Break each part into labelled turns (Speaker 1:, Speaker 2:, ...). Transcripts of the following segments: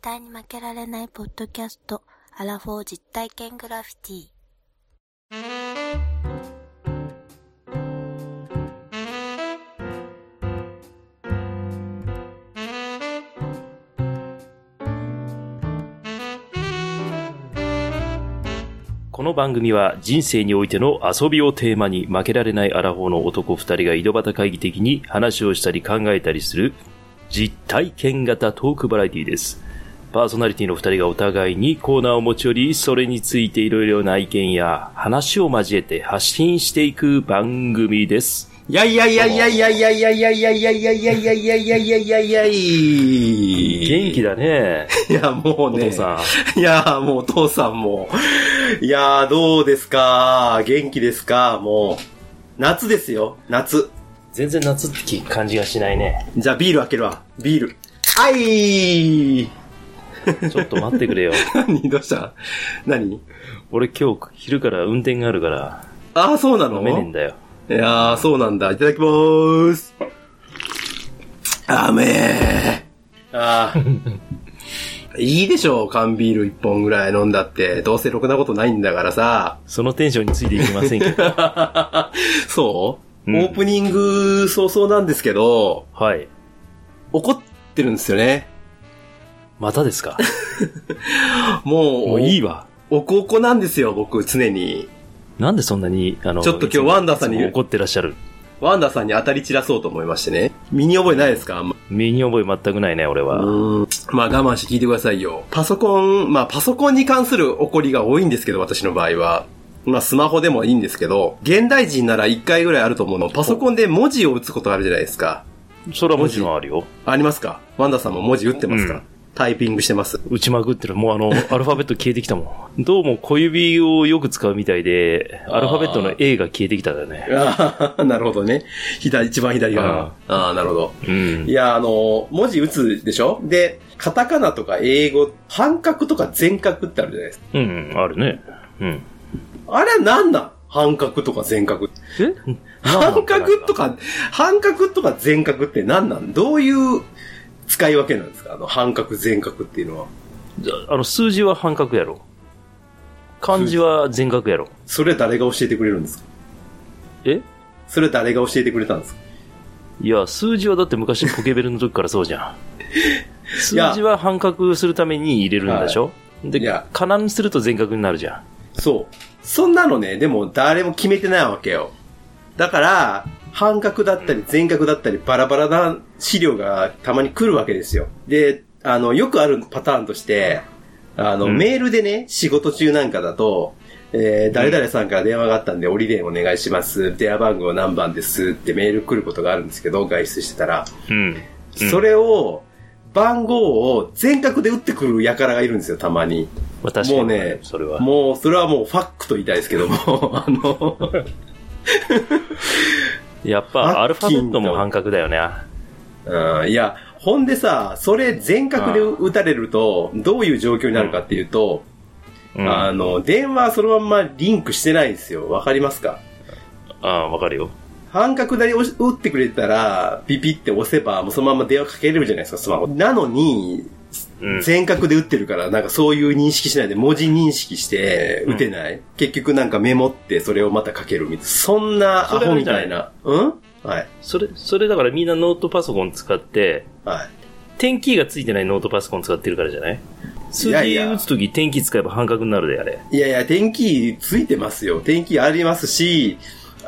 Speaker 1: 対に負けられないポッドキャスト、アラフォー実体験グラフィティ。
Speaker 2: この番組は人生においての遊びをテーマに負けられないアラフォーの男二人が井戸端会議的に話をしたり考えたりする実体験型トークバラエティです。パーソナリティの二人がお互いにコーナーを持ち寄り、それについていろいろな意見や話を交えて発信していく番組です。
Speaker 3: いやいやいやいやいやいやいやいやいやいやいやいやいやいやいやいやいやいやい
Speaker 2: 元気だね、
Speaker 3: いやもう
Speaker 2: お
Speaker 3: ね。
Speaker 2: 父さん。
Speaker 3: ん。いやもうお父さんも。いやどうですか元気ですかもう。夏ですよ。夏。
Speaker 2: 全然夏って感じがしないね。
Speaker 3: じゃあビール開けるわ。ビール。はい
Speaker 2: ちょっと待ってくれよ。
Speaker 3: 何どうした何
Speaker 2: 俺今日昼から運転があるから、
Speaker 3: ああ、そうなの
Speaker 2: 飲めねえんだよ。
Speaker 3: いやー、そうなんだ。いただきまーす。あめー。あー いいでしょう、缶ビール一本ぐらい飲んだって。どうせろくなことないんだからさ。
Speaker 2: そのテンションについていきませんけど。
Speaker 3: そう、
Speaker 2: うん
Speaker 3: オープニング早々なんですけど、
Speaker 2: はい。
Speaker 3: 怒ってるんですよね。
Speaker 2: またですか
Speaker 3: もう、
Speaker 2: もういいわ。
Speaker 3: おこおこなんですよ、僕、常に。
Speaker 2: なんでそんなに、あの、
Speaker 3: ちょっと今日ワンダーさんに
Speaker 2: いつも怒ってらっしゃる。
Speaker 3: ワンダーさんに当たり散らそうと思いましてね。身に覚えないですかあんま
Speaker 2: 身に覚え全くないね、俺は。
Speaker 3: うん。まあ我慢して聞いてくださいよ。パソコン、まあパソコンに関する怒りが多いんですけど、私の場合は。まあスマホでもいいんですけど、現代人なら1回ぐらいあると思うの。パソコンで文字を打つことあるじゃないですか。
Speaker 2: それはもちろんあるよ。
Speaker 3: ありますかワンダさんも文字打ってますか、
Speaker 2: うん
Speaker 3: タイピングしてます。
Speaker 2: 打ちまくってる。もうあ の、アルファベット消えてきたもん。どうも小指をよく使うみたいで、アルファベットの A が消えてきたんだよね。
Speaker 3: ああ、なるほどね。左、一番左側。
Speaker 2: あ
Speaker 3: ああー、なるほど。
Speaker 2: うん
Speaker 3: い。や、あの、文字打つでしょで、カタカナとか英語、半角とか全角ってあるじゃないですか。
Speaker 2: うん、あるね。うん。
Speaker 3: あれは何なん半角とか全角って
Speaker 2: え
Speaker 3: 半角とか、半角とか全角って何なんどういう使い分けなんですかあの、半角全角っていうのは。
Speaker 2: あの、数字は半角やろ。漢字は全角やろ。
Speaker 3: それ誰が教えてくれるんですか
Speaker 2: え
Speaker 3: それ誰が教えてくれたんですか
Speaker 2: いや、数字はだって昔ポケベルの時からそうじゃん。数
Speaker 3: いや
Speaker 2: 字は半角するために入れるんでしょ、で
Speaker 3: いや、
Speaker 2: かなにすると全角になるじゃん。
Speaker 3: そう。そんなのね、でも誰も決めてないわけよ。だから、半角だったり全角だったりバラバラな資料がたまに来るわけですよ。で、あの、よくあるパターンとして、あの、
Speaker 2: うん
Speaker 3: メールでね、仕事中なんかだと、えー誰々さんから電話があったんで、折り電お願いします。電話番号何番ですってメール来ることがあるんですけど、外出してたら。
Speaker 2: うん。うん
Speaker 3: それを、番号を全角で打ってくる輩がいるんですよ、たまに。
Speaker 2: まあ、確かに。
Speaker 3: もうね
Speaker 2: それは。
Speaker 3: もう、それはもうファックと言いたいですけ ども、あの、
Speaker 2: やっぱ、アルファベットも半角だよね。
Speaker 3: うん、いや、ほんでさ、それ全角で打たれると、どういう状況になるかっていうと、
Speaker 2: うん。
Speaker 3: あ
Speaker 2: あ
Speaker 3: の、電話そのまんまリンクしてないんですよ。わかりますか
Speaker 2: あ、わかるよ。
Speaker 3: 半角なり押し打ってくれたら、ピピって押せば、もうそのまま電話かけれるじゃないですか、スマホ。なのに、
Speaker 2: うん。
Speaker 3: 全角で打ってるから、なんかそういう認識しないで、文字認識して打てない。結局なんかメモって、それをまたかけるみたいな。そんなアホみたいな。うんはい。
Speaker 2: それ、それだからみんなノートパソコン使って、
Speaker 3: はい。
Speaker 2: 点キーがついてないノートパソコン使ってるからじゃない数
Speaker 3: いやい
Speaker 2: 字
Speaker 3: や
Speaker 2: 打つとき点キー使えば半角になるで、あれ。
Speaker 3: いやいや、天気ついてますよ。天気ありますし、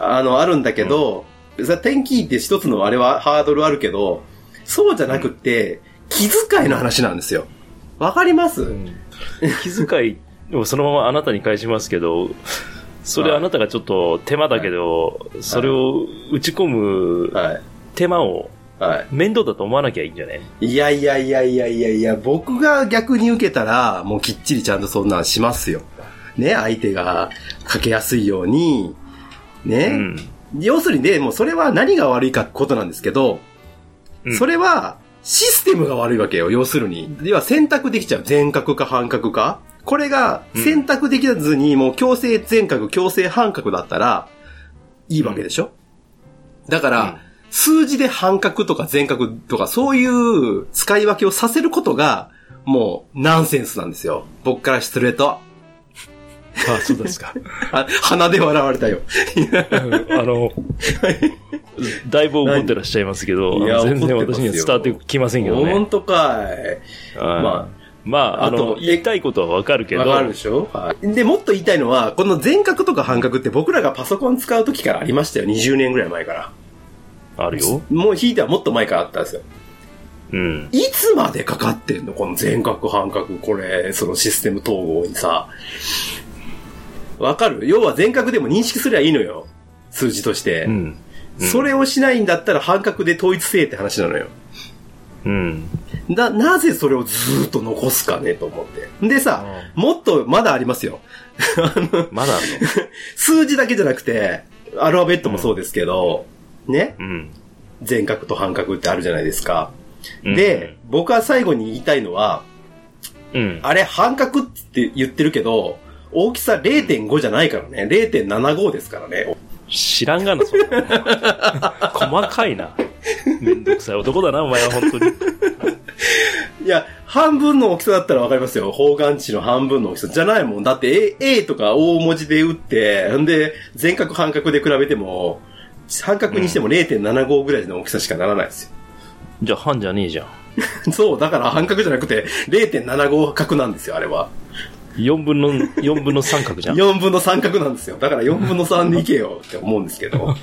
Speaker 3: あの、あるんだけど、さ天気って一つのあれはハードルあるけど、そうじゃなくって、気遣いの話なんですよ。わかります、
Speaker 2: 気遣いをそのままあなたに返しますけど、それ
Speaker 3: はい
Speaker 2: あなたがちょっと手間だけど、それを打ち込む
Speaker 3: はい。
Speaker 2: 手間を
Speaker 3: は
Speaker 2: 面倒だと思わなきゃいいんじゃね
Speaker 3: い。いやいやいやいやいやいや、僕が逆に受けたら、もうきっちりちゃんとそんなんしますよ。ね、相手がかけやすいように、ね
Speaker 2: う、ん。
Speaker 3: 要するにね、もうそれは何が悪いかってことなんですけど、
Speaker 2: うん
Speaker 3: それはシステムが悪いわけよ、要するに。要は選択できちゃう。全角か半角か。これが
Speaker 2: うん
Speaker 3: 選択できずに、もう強制全角、強制半角だったら、いいわけでしょ、だから、
Speaker 2: うん
Speaker 3: 数字で半角とか全角とか、そういう使い分けをさせることが、もう、ナンセンスなんですよ。僕から失礼と。
Speaker 2: あ、そうですか。
Speaker 3: あ鼻で笑われたよ。
Speaker 2: うんあの、だいぶ怒ってらっしゃいますけど、
Speaker 3: いや
Speaker 2: あの全然
Speaker 3: 怒ってま
Speaker 2: 私
Speaker 3: す
Speaker 2: に
Speaker 3: よ
Speaker 2: は伝わってきませんけどね。
Speaker 3: 本当かい。
Speaker 2: はい
Speaker 3: ま
Speaker 2: まあ、あ
Speaker 3: あと
Speaker 2: の、言いたいことはわかるけど、
Speaker 3: わかるでしょ、はい、で、もっと言いたいのは、この全角とか半角って僕らがパソコン使う時からありましたよ。20年ぐらい前から。
Speaker 2: あるよ。
Speaker 3: もう引いてはもっと前からあったんですよ。
Speaker 2: うん。
Speaker 3: いつまでかかってんのこの全角半角、これ、そのシステム統合にさ。わかる要は全角でも認識すりゃいいのよ。数字として。
Speaker 2: うん。
Speaker 3: それをしないんだったら半角で統一せえって話なのよ。
Speaker 2: うん。
Speaker 3: な、なぜそれをずーっと残すかねと思って。でさ、もっとまだありますよ。
Speaker 2: まだあるの
Speaker 3: 数字だけじゃなくて、アルファベットもそうですけど、ね
Speaker 2: うん。
Speaker 3: 全角と半角ってあるじゃないですか。
Speaker 2: うん
Speaker 3: で、、僕は最後に言いたいのは、
Speaker 2: うん。
Speaker 3: あれ半角って言ってるけど、大きさ0.5じゃないからね。0.75ですからね。
Speaker 2: 知らんがな、そんな の細かいな。めんどくさい男だな、お前は本当に。
Speaker 3: いや、半分の大きさだったらわかりますよ。方眼値の半分の大きさじゃないもん。だって A, A とか大文字で打って、んで、全角半角で比べても、半角にしても0.75ぐらいの大きさしかならないですよ。
Speaker 2: じゃあ、半じゃねえじゃん。
Speaker 3: そう、だから半角じゃなくて0.75角なんですよ、あれは。
Speaker 2: 4分の、4分の三角じゃん。
Speaker 3: 4分の3角なんですよ。だから4分の3でいけよって思うんですけど。っ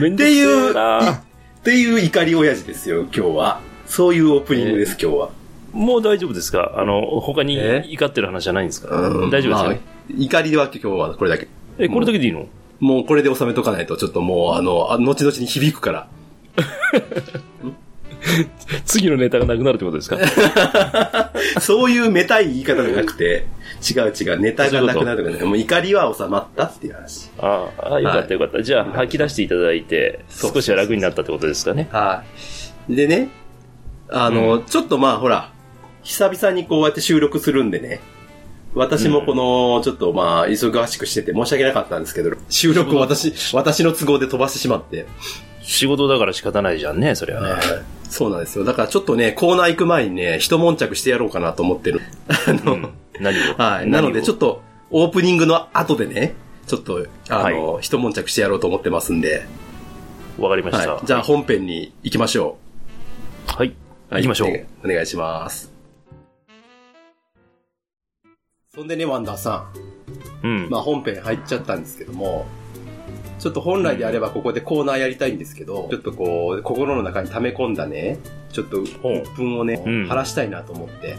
Speaker 2: めんどく
Speaker 3: て
Speaker 2: せ
Speaker 3: いう、
Speaker 2: え
Speaker 3: い
Speaker 2: な
Speaker 3: っていう怒り親父ですよ、今日は。そういうオープニングです、今日は。
Speaker 2: もう大丈夫ですかあの、他に
Speaker 3: え
Speaker 2: 怒ってる話じゃないんですか
Speaker 3: うん
Speaker 2: 大丈夫ですか、ね
Speaker 3: まあ怒りでは今日はこれだけ。
Speaker 2: え、これだけでいいの
Speaker 3: もうこれで収めとかないと、ちょっともう、あの、あ後々に響くから。
Speaker 2: 次のネタがなくなるってことですか
Speaker 3: そういうめたい言い方じゃなくて、違う違う、ネタがなくなるとかね、もう怒りは収まったっていう話。
Speaker 2: あああ、よかったよかった。じゃあ、吐き出していただいて、
Speaker 3: そう
Speaker 2: 少しは楽になったってことですかね。
Speaker 3: はい。でね、あの、ちょっとまあほら、久々にこうやって収録するんでね、私もこの、ちょっとまあ、忙しくしてて申し訳なかったんですけど、収録を私、私の都合で飛ばしてしまって。
Speaker 2: 仕事だから仕方ないじゃんね、それはね。
Speaker 3: そうなんですよ。だからちょっとね、コーナー行く前にね、一悶着してやろうかなと思ってる。あの、
Speaker 2: うん何を
Speaker 3: はい。なので、ちょ
Speaker 2: っ
Speaker 3: っと、オープニングの後でね、ちょっと、あの、一悶着してやろうと思ってますんで、
Speaker 2: と。わかりました。
Speaker 3: はい。じゃあ本編に行きましょ
Speaker 2: はい。
Speaker 3: う。は
Speaker 2: 行
Speaker 3: い
Speaker 2: きましょう
Speaker 3: お願いお願いします。そんでね、ワンダーさ
Speaker 2: うん
Speaker 3: ん、。まあ本編入っちゃったんですけども、ちょっと本来であればここでコーナーやりたいんですけど、ちょっとこう、心の中に溜め込んだね、ちょっと、
Speaker 2: ほう
Speaker 3: 鬱憤をね、
Speaker 2: うん
Speaker 3: 晴らしたいなと思って、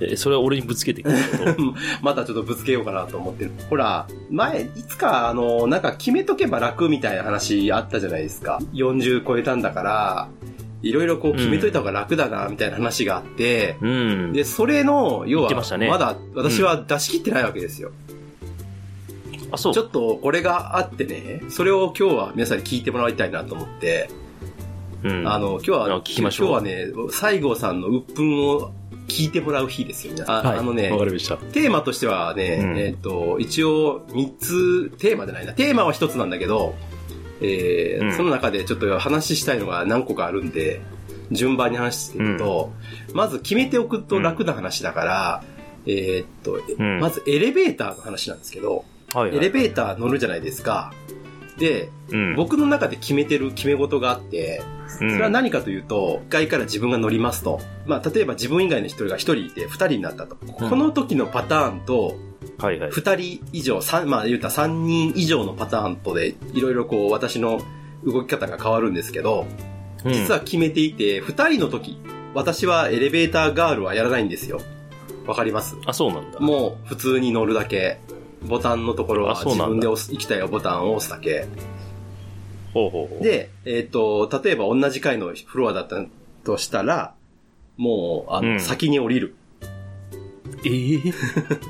Speaker 2: えそれは俺にぶつけてくる こと
Speaker 3: またちょっとぶつけようかなと思ってる。ほら、前、いつか、あの、なんか決めとけば楽みたいな話あったじゃないですか。40超えたんだから、いろいろこう決めといた方が楽だな、みたいな話があって、
Speaker 2: うん。
Speaker 3: で、それの、
Speaker 2: 言
Speaker 3: 要
Speaker 2: っ
Speaker 3: は、
Speaker 2: てましたね
Speaker 3: まだ私は出し切ってないわけですよ。
Speaker 2: あ、そう
Speaker 3: ち。ょっとこれがあってね、それを今日は皆さんに聞いてもらいたいなと思って、
Speaker 2: うん
Speaker 3: あ、の、今日は、
Speaker 2: あ聞きましょう
Speaker 3: 今日はね、西郷さんの鬱憤を聞いてもらう日ですよ、皆さん。あ,、
Speaker 2: はい、
Speaker 3: のね、
Speaker 2: わかりました。
Speaker 3: テーマとしてはね、
Speaker 2: うん
Speaker 3: えっ、と、一応3つ、テーマじゃないな。テーマは1つなんだけど、えー
Speaker 2: うん
Speaker 3: その中でちょっと話したいのが何個かあるんで、順番に話していくと、まず決めておくと楽な話だから、えーっと、
Speaker 2: うん
Speaker 3: まずエレベーターの話なんですけど、
Speaker 2: はい、はい。
Speaker 3: エレベーター乗るじゃないですか。で、
Speaker 2: うん、
Speaker 3: 僕の中で決めてる決め事があって、
Speaker 2: うん、
Speaker 3: それは何かというと、1階から自分が乗りますと。まあ、例えば自分以外の一人が1人いて2人になったと。
Speaker 2: うん
Speaker 3: この時のパターンと、
Speaker 2: はいはい。
Speaker 3: 2人以上、三まあ、言うたら3人以上のパターンとで、いろいろこう、私の動き方が変わるんですけど、実
Speaker 2: は、
Speaker 3: は決めていて、2人の時、私はエレベーターガールはやらないんですよ。わかります
Speaker 2: あ、そうなんだ。
Speaker 3: もう、普通に乗るだけ。ボタンのところ
Speaker 2: あ
Speaker 3: は
Speaker 2: そう
Speaker 3: 自
Speaker 2: なんだ
Speaker 3: 分で押す、行きたいボタンを押すだけ。
Speaker 2: ほうほうほう。
Speaker 3: で、えっ、と、例えば同じ階のフロアだったとしたら、もう、あの、
Speaker 2: うん
Speaker 3: 先に降りる。
Speaker 2: ええ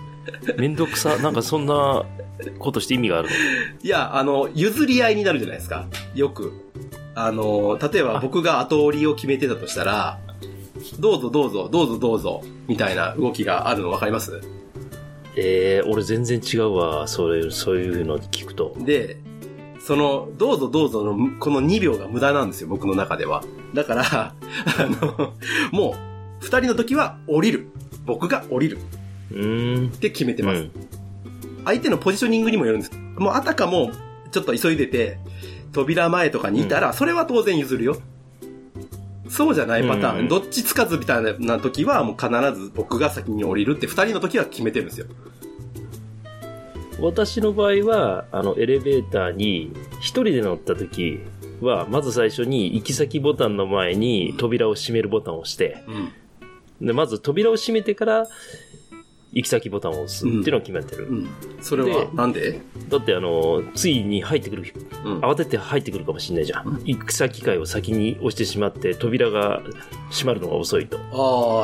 Speaker 2: めんどくさ。なんかそんなことして意味がある
Speaker 3: いや、あの、譲り合いになるじゃないですか。よく。あの、例えば僕が後折りを決めてたとしたら、どうぞどうぞ、どうぞどうぞ、みたいな動きがあるの分かります
Speaker 2: の。ええ俺全然違うわ。それ、そういうの聞くと。
Speaker 3: で、その、どうぞどうぞの、この2秒が無駄なんですよ、僕の中では。だから、あの、もう、二人の時は降りる。僕が降りる。
Speaker 2: うーん。
Speaker 3: って決めてます。
Speaker 2: うん
Speaker 3: 相手のポジショニングにもよるんです。もうあたかも、ちょっと急いでて、扉前とかにいたら、それは当然譲るよ。そうじゃないパターン、
Speaker 2: うんうん
Speaker 3: どっちつかずみたいな時は、もう必ず僕が先に降りるって二人の時は決めてるんですよ。
Speaker 2: 私の場合は、あの、エレベーターに一人で乗った時は、まず最初に行き先ボタンの前に扉を閉めるボタンを押して、
Speaker 3: うん。
Speaker 2: で、まず扉を閉めてから、行き先ボタンを押すっていうのを決めてる。
Speaker 3: うん。それは、
Speaker 2: で
Speaker 3: なんで
Speaker 2: だってあの、ついに入ってくる、
Speaker 3: うん。
Speaker 2: 慌てて入ってくるかもしれないじゃん。
Speaker 3: うん
Speaker 2: 行く先会を先に押してしまって、扉が閉まるのが遅いと。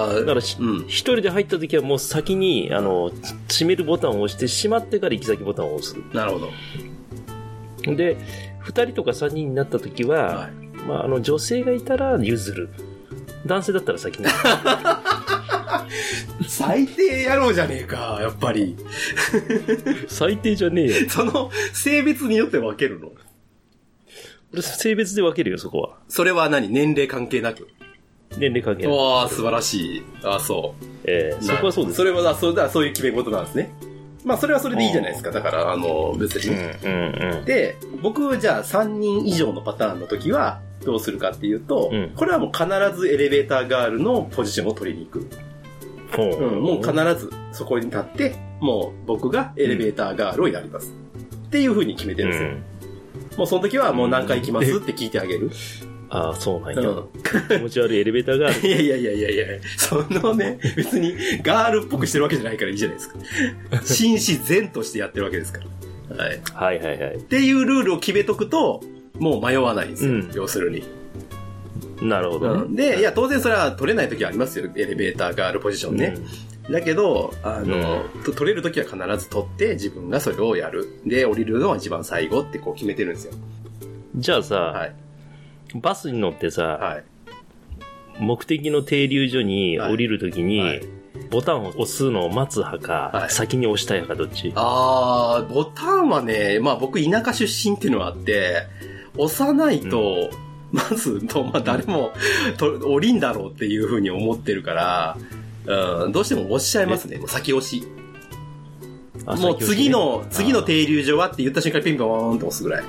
Speaker 3: あ
Speaker 2: だからし、
Speaker 3: うん
Speaker 2: 一人で入った時はもう先に、あの、閉めるボタンを押して、閉まってから行き先ボタンを押す。
Speaker 3: なるほど。
Speaker 2: で、二人とか三人になった時
Speaker 3: は
Speaker 2: は、
Speaker 3: い。
Speaker 2: まあ、あの、女性がいたら譲る。男性だったら先に。
Speaker 3: 最低野郎じゃねえか、やっぱり。
Speaker 2: 最低じゃねえよ。
Speaker 3: その、性別によって分けるの
Speaker 2: 俺性別で分けるよ、そこは。
Speaker 3: それは何年齢関係なく。
Speaker 2: 年齢関係ない。
Speaker 3: わあ、素晴らしい。ああ、そう。
Speaker 2: ええそこはそうです。
Speaker 3: それはだ、そうだ、そういう決め事なんですね。まあ、それはそれでいいじゃないですか。だから、あの、別に。
Speaker 2: うん、うん、
Speaker 3: で、僕、じゃあ、3人以上のパターンの時は、どうするかっていうと、
Speaker 2: うん
Speaker 3: これはもう必ずエレベーターガールのポジションを取りに行く。
Speaker 2: うん。
Speaker 3: うん、もう必ずそこに立って、もう僕がエレベーターガールをやります。っていう風に決めてるんですよ。もうその時はもう何回行きますって聞いてあげ
Speaker 2: う
Speaker 3: る。
Speaker 2: んああ、そうなん
Speaker 3: う
Speaker 2: や。
Speaker 3: ん。
Speaker 2: 気持ち悪いエレベーターがある。
Speaker 3: いやいやいやいやいや、そのね、別にガールっぽくしてるわけじゃないからいいじゃないですか。紳士善としてやってるわけですから。 はい。っ
Speaker 2: はいはいはい。
Speaker 3: ていうルールを決めとくと、もう迷わないんですよ。
Speaker 2: うん
Speaker 3: 要するに、
Speaker 2: なるほどね。
Speaker 3: で、いや、当然それは取れない時はありますよ。エレベーターガールポジションね。だけど、あの、と取れる時は必ず取って自分がそれをやる。で、降りるのは一番最後ってこう決めてるんですよ。
Speaker 2: うんじゃあさ、
Speaker 3: はい。
Speaker 2: バスに乗ってさ、
Speaker 3: はい。
Speaker 2: 目的の停留所に降りるときに、
Speaker 3: はいはい
Speaker 2: ボタンを押すのを待つ派か、
Speaker 3: はい
Speaker 2: 先に押したい派かどっち
Speaker 3: あー、ボタンはね、まあ僕田舎出身っていうのはあって、押さないと、まず、とまあ誰もと降りんだろうっていうふうに思ってるから、うん、どうしても押しちゃいますね、もう先押し。
Speaker 2: あ
Speaker 3: もう次の、次の
Speaker 2: 停
Speaker 3: 停留所はって言った瞬間にピンポーンって押すぐらい。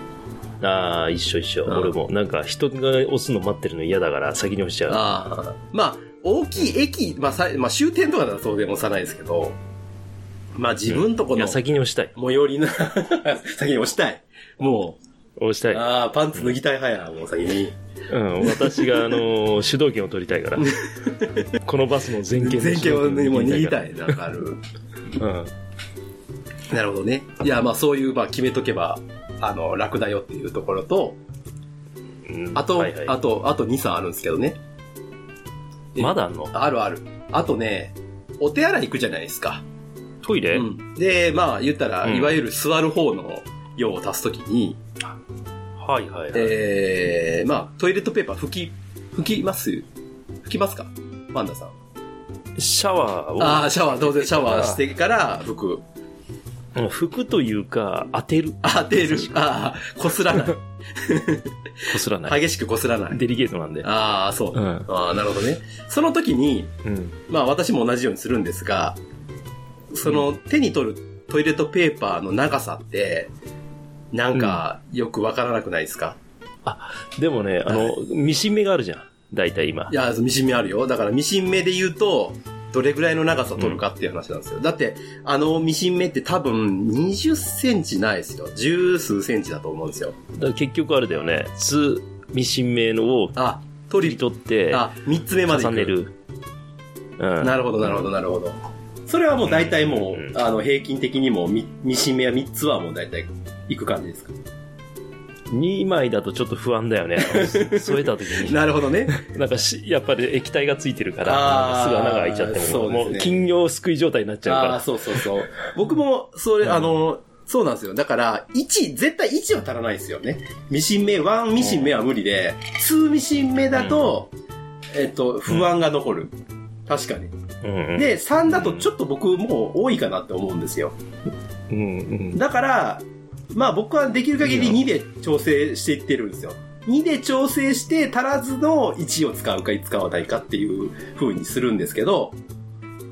Speaker 2: あーあー、一緒一緒。
Speaker 3: うん
Speaker 2: 俺も。なんか人が押すの待ってるの嫌だから先に押しちゃう。
Speaker 3: あーまあ、大きい駅、まあ、さまあ、終点とかだとそうでも押さないですけど、まあ自分と
Speaker 2: い
Speaker 3: この
Speaker 2: や、
Speaker 3: 最
Speaker 2: 先に押したい。
Speaker 3: 寄りの、 先に押したい。も
Speaker 2: 押した
Speaker 3: う、
Speaker 2: い。
Speaker 3: ああ、パンツ脱ぎたい派やな、もう先に。
Speaker 2: うん。私が、あ のー主導権を取りたいから。このバスの全権
Speaker 3: 全権をねもう
Speaker 2: 握
Speaker 3: 握
Speaker 2: り
Speaker 3: り
Speaker 2: た
Speaker 3: た
Speaker 2: い
Speaker 3: いな、ある。
Speaker 2: から。うん。
Speaker 3: なるほどね。いや、まあそういう、まあ決めとけば、あの、楽だよっていうところと、
Speaker 2: うん
Speaker 3: あと、
Speaker 2: はいはい
Speaker 3: あと、あと2、3あるんですけどね。え
Speaker 2: まだあんの
Speaker 3: あるある。あとね、お手洗い行くじゃないですか。
Speaker 2: トイレ、
Speaker 3: うんで、まあ言ったら、
Speaker 2: うん
Speaker 3: いわゆる座る方の用を足すときに、
Speaker 2: はいはいはい。
Speaker 3: えー、まあトイレットペーパー拭き、拭きます拭きますかパンダさん。
Speaker 2: シャワーを
Speaker 3: ああ、シャワー、当然シャワーしてから拭く。
Speaker 2: うん拭くというか、当てる。
Speaker 3: あ、出る。ああ、こすらな い。
Speaker 2: こすらない。
Speaker 3: 激しくこすらない。
Speaker 2: デリケートなんで。
Speaker 3: ああ、そう。
Speaker 2: うん
Speaker 3: ああ、なるほどね。その時に、
Speaker 2: うん。
Speaker 3: まあ私も同じようにするんですが、その手に取るトイレットペーパーの長さって、なんかよくわからなくないですか、
Speaker 2: でもね、あの、ミシン目があるじゃん。大体今
Speaker 3: い。や、ミシン目あるよ。だからミシン目で言うと、どれぐらいの長さを取るかっていう話なんですよ。だって、あのミシン目って多分20センチないですよ。十数センチだと思うんですよ。
Speaker 2: だから結局あれだよね。つ、ミシン目のを
Speaker 3: あ、
Speaker 2: 取り
Speaker 3: 取り、
Speaker 2: 取って、
Speaker 3: あ、三つ目まで
Speaker 2: 重
Speaker 3: 行く
Speaker 2: ねる。 うん。
Speaker 3: なるほど、なるほど、なるほど。それはもう大体も
Speaker 2: うん
Speaker 3: う、あの、平均的にもみ、ミシン目は3つはもう大体いく感じですか。
Speaker 2: 2枚だとちょっと不安だよね。 添えた時に。
Speaker 3: なるほど ね。
Speaker 2: なんかし、やっぱり液体がついてるから、
Speaker 3: あー
Speaker 2: なんかすぐ穴が開いちゃって
Speaker 3: そ
Speaker 2: も、
Speaker 3: うです
Speaker 2: も
Speaker 3: ね
Speaker 2: う金魚すくい状態になっちゃう
Speaker 3: あ
Speaker 2: か
Speaker 3: あ、
Speaker 2: ら。
Speaker 3: そうそうそう。僕も、それ、
Speaker 2: うん
Speaker 3: あの、そうなんですよ。だから、1、絶対1は足らないですよね。ミシン目、1ミシン目は無理で、2ミシン目だと、えっと、不安が残る。確かに。
Speaker 2: うんうん。
Speaker 3: で、3だとちょっと僕もう多いかなって思うんですよ。
Speaker 2: うんうん。
Speaker 3: だから、まあ僕はできる限り2で調整していってるんですよ。 2で調整して足らずの1を使うか使わないかっていう風にするんですけど、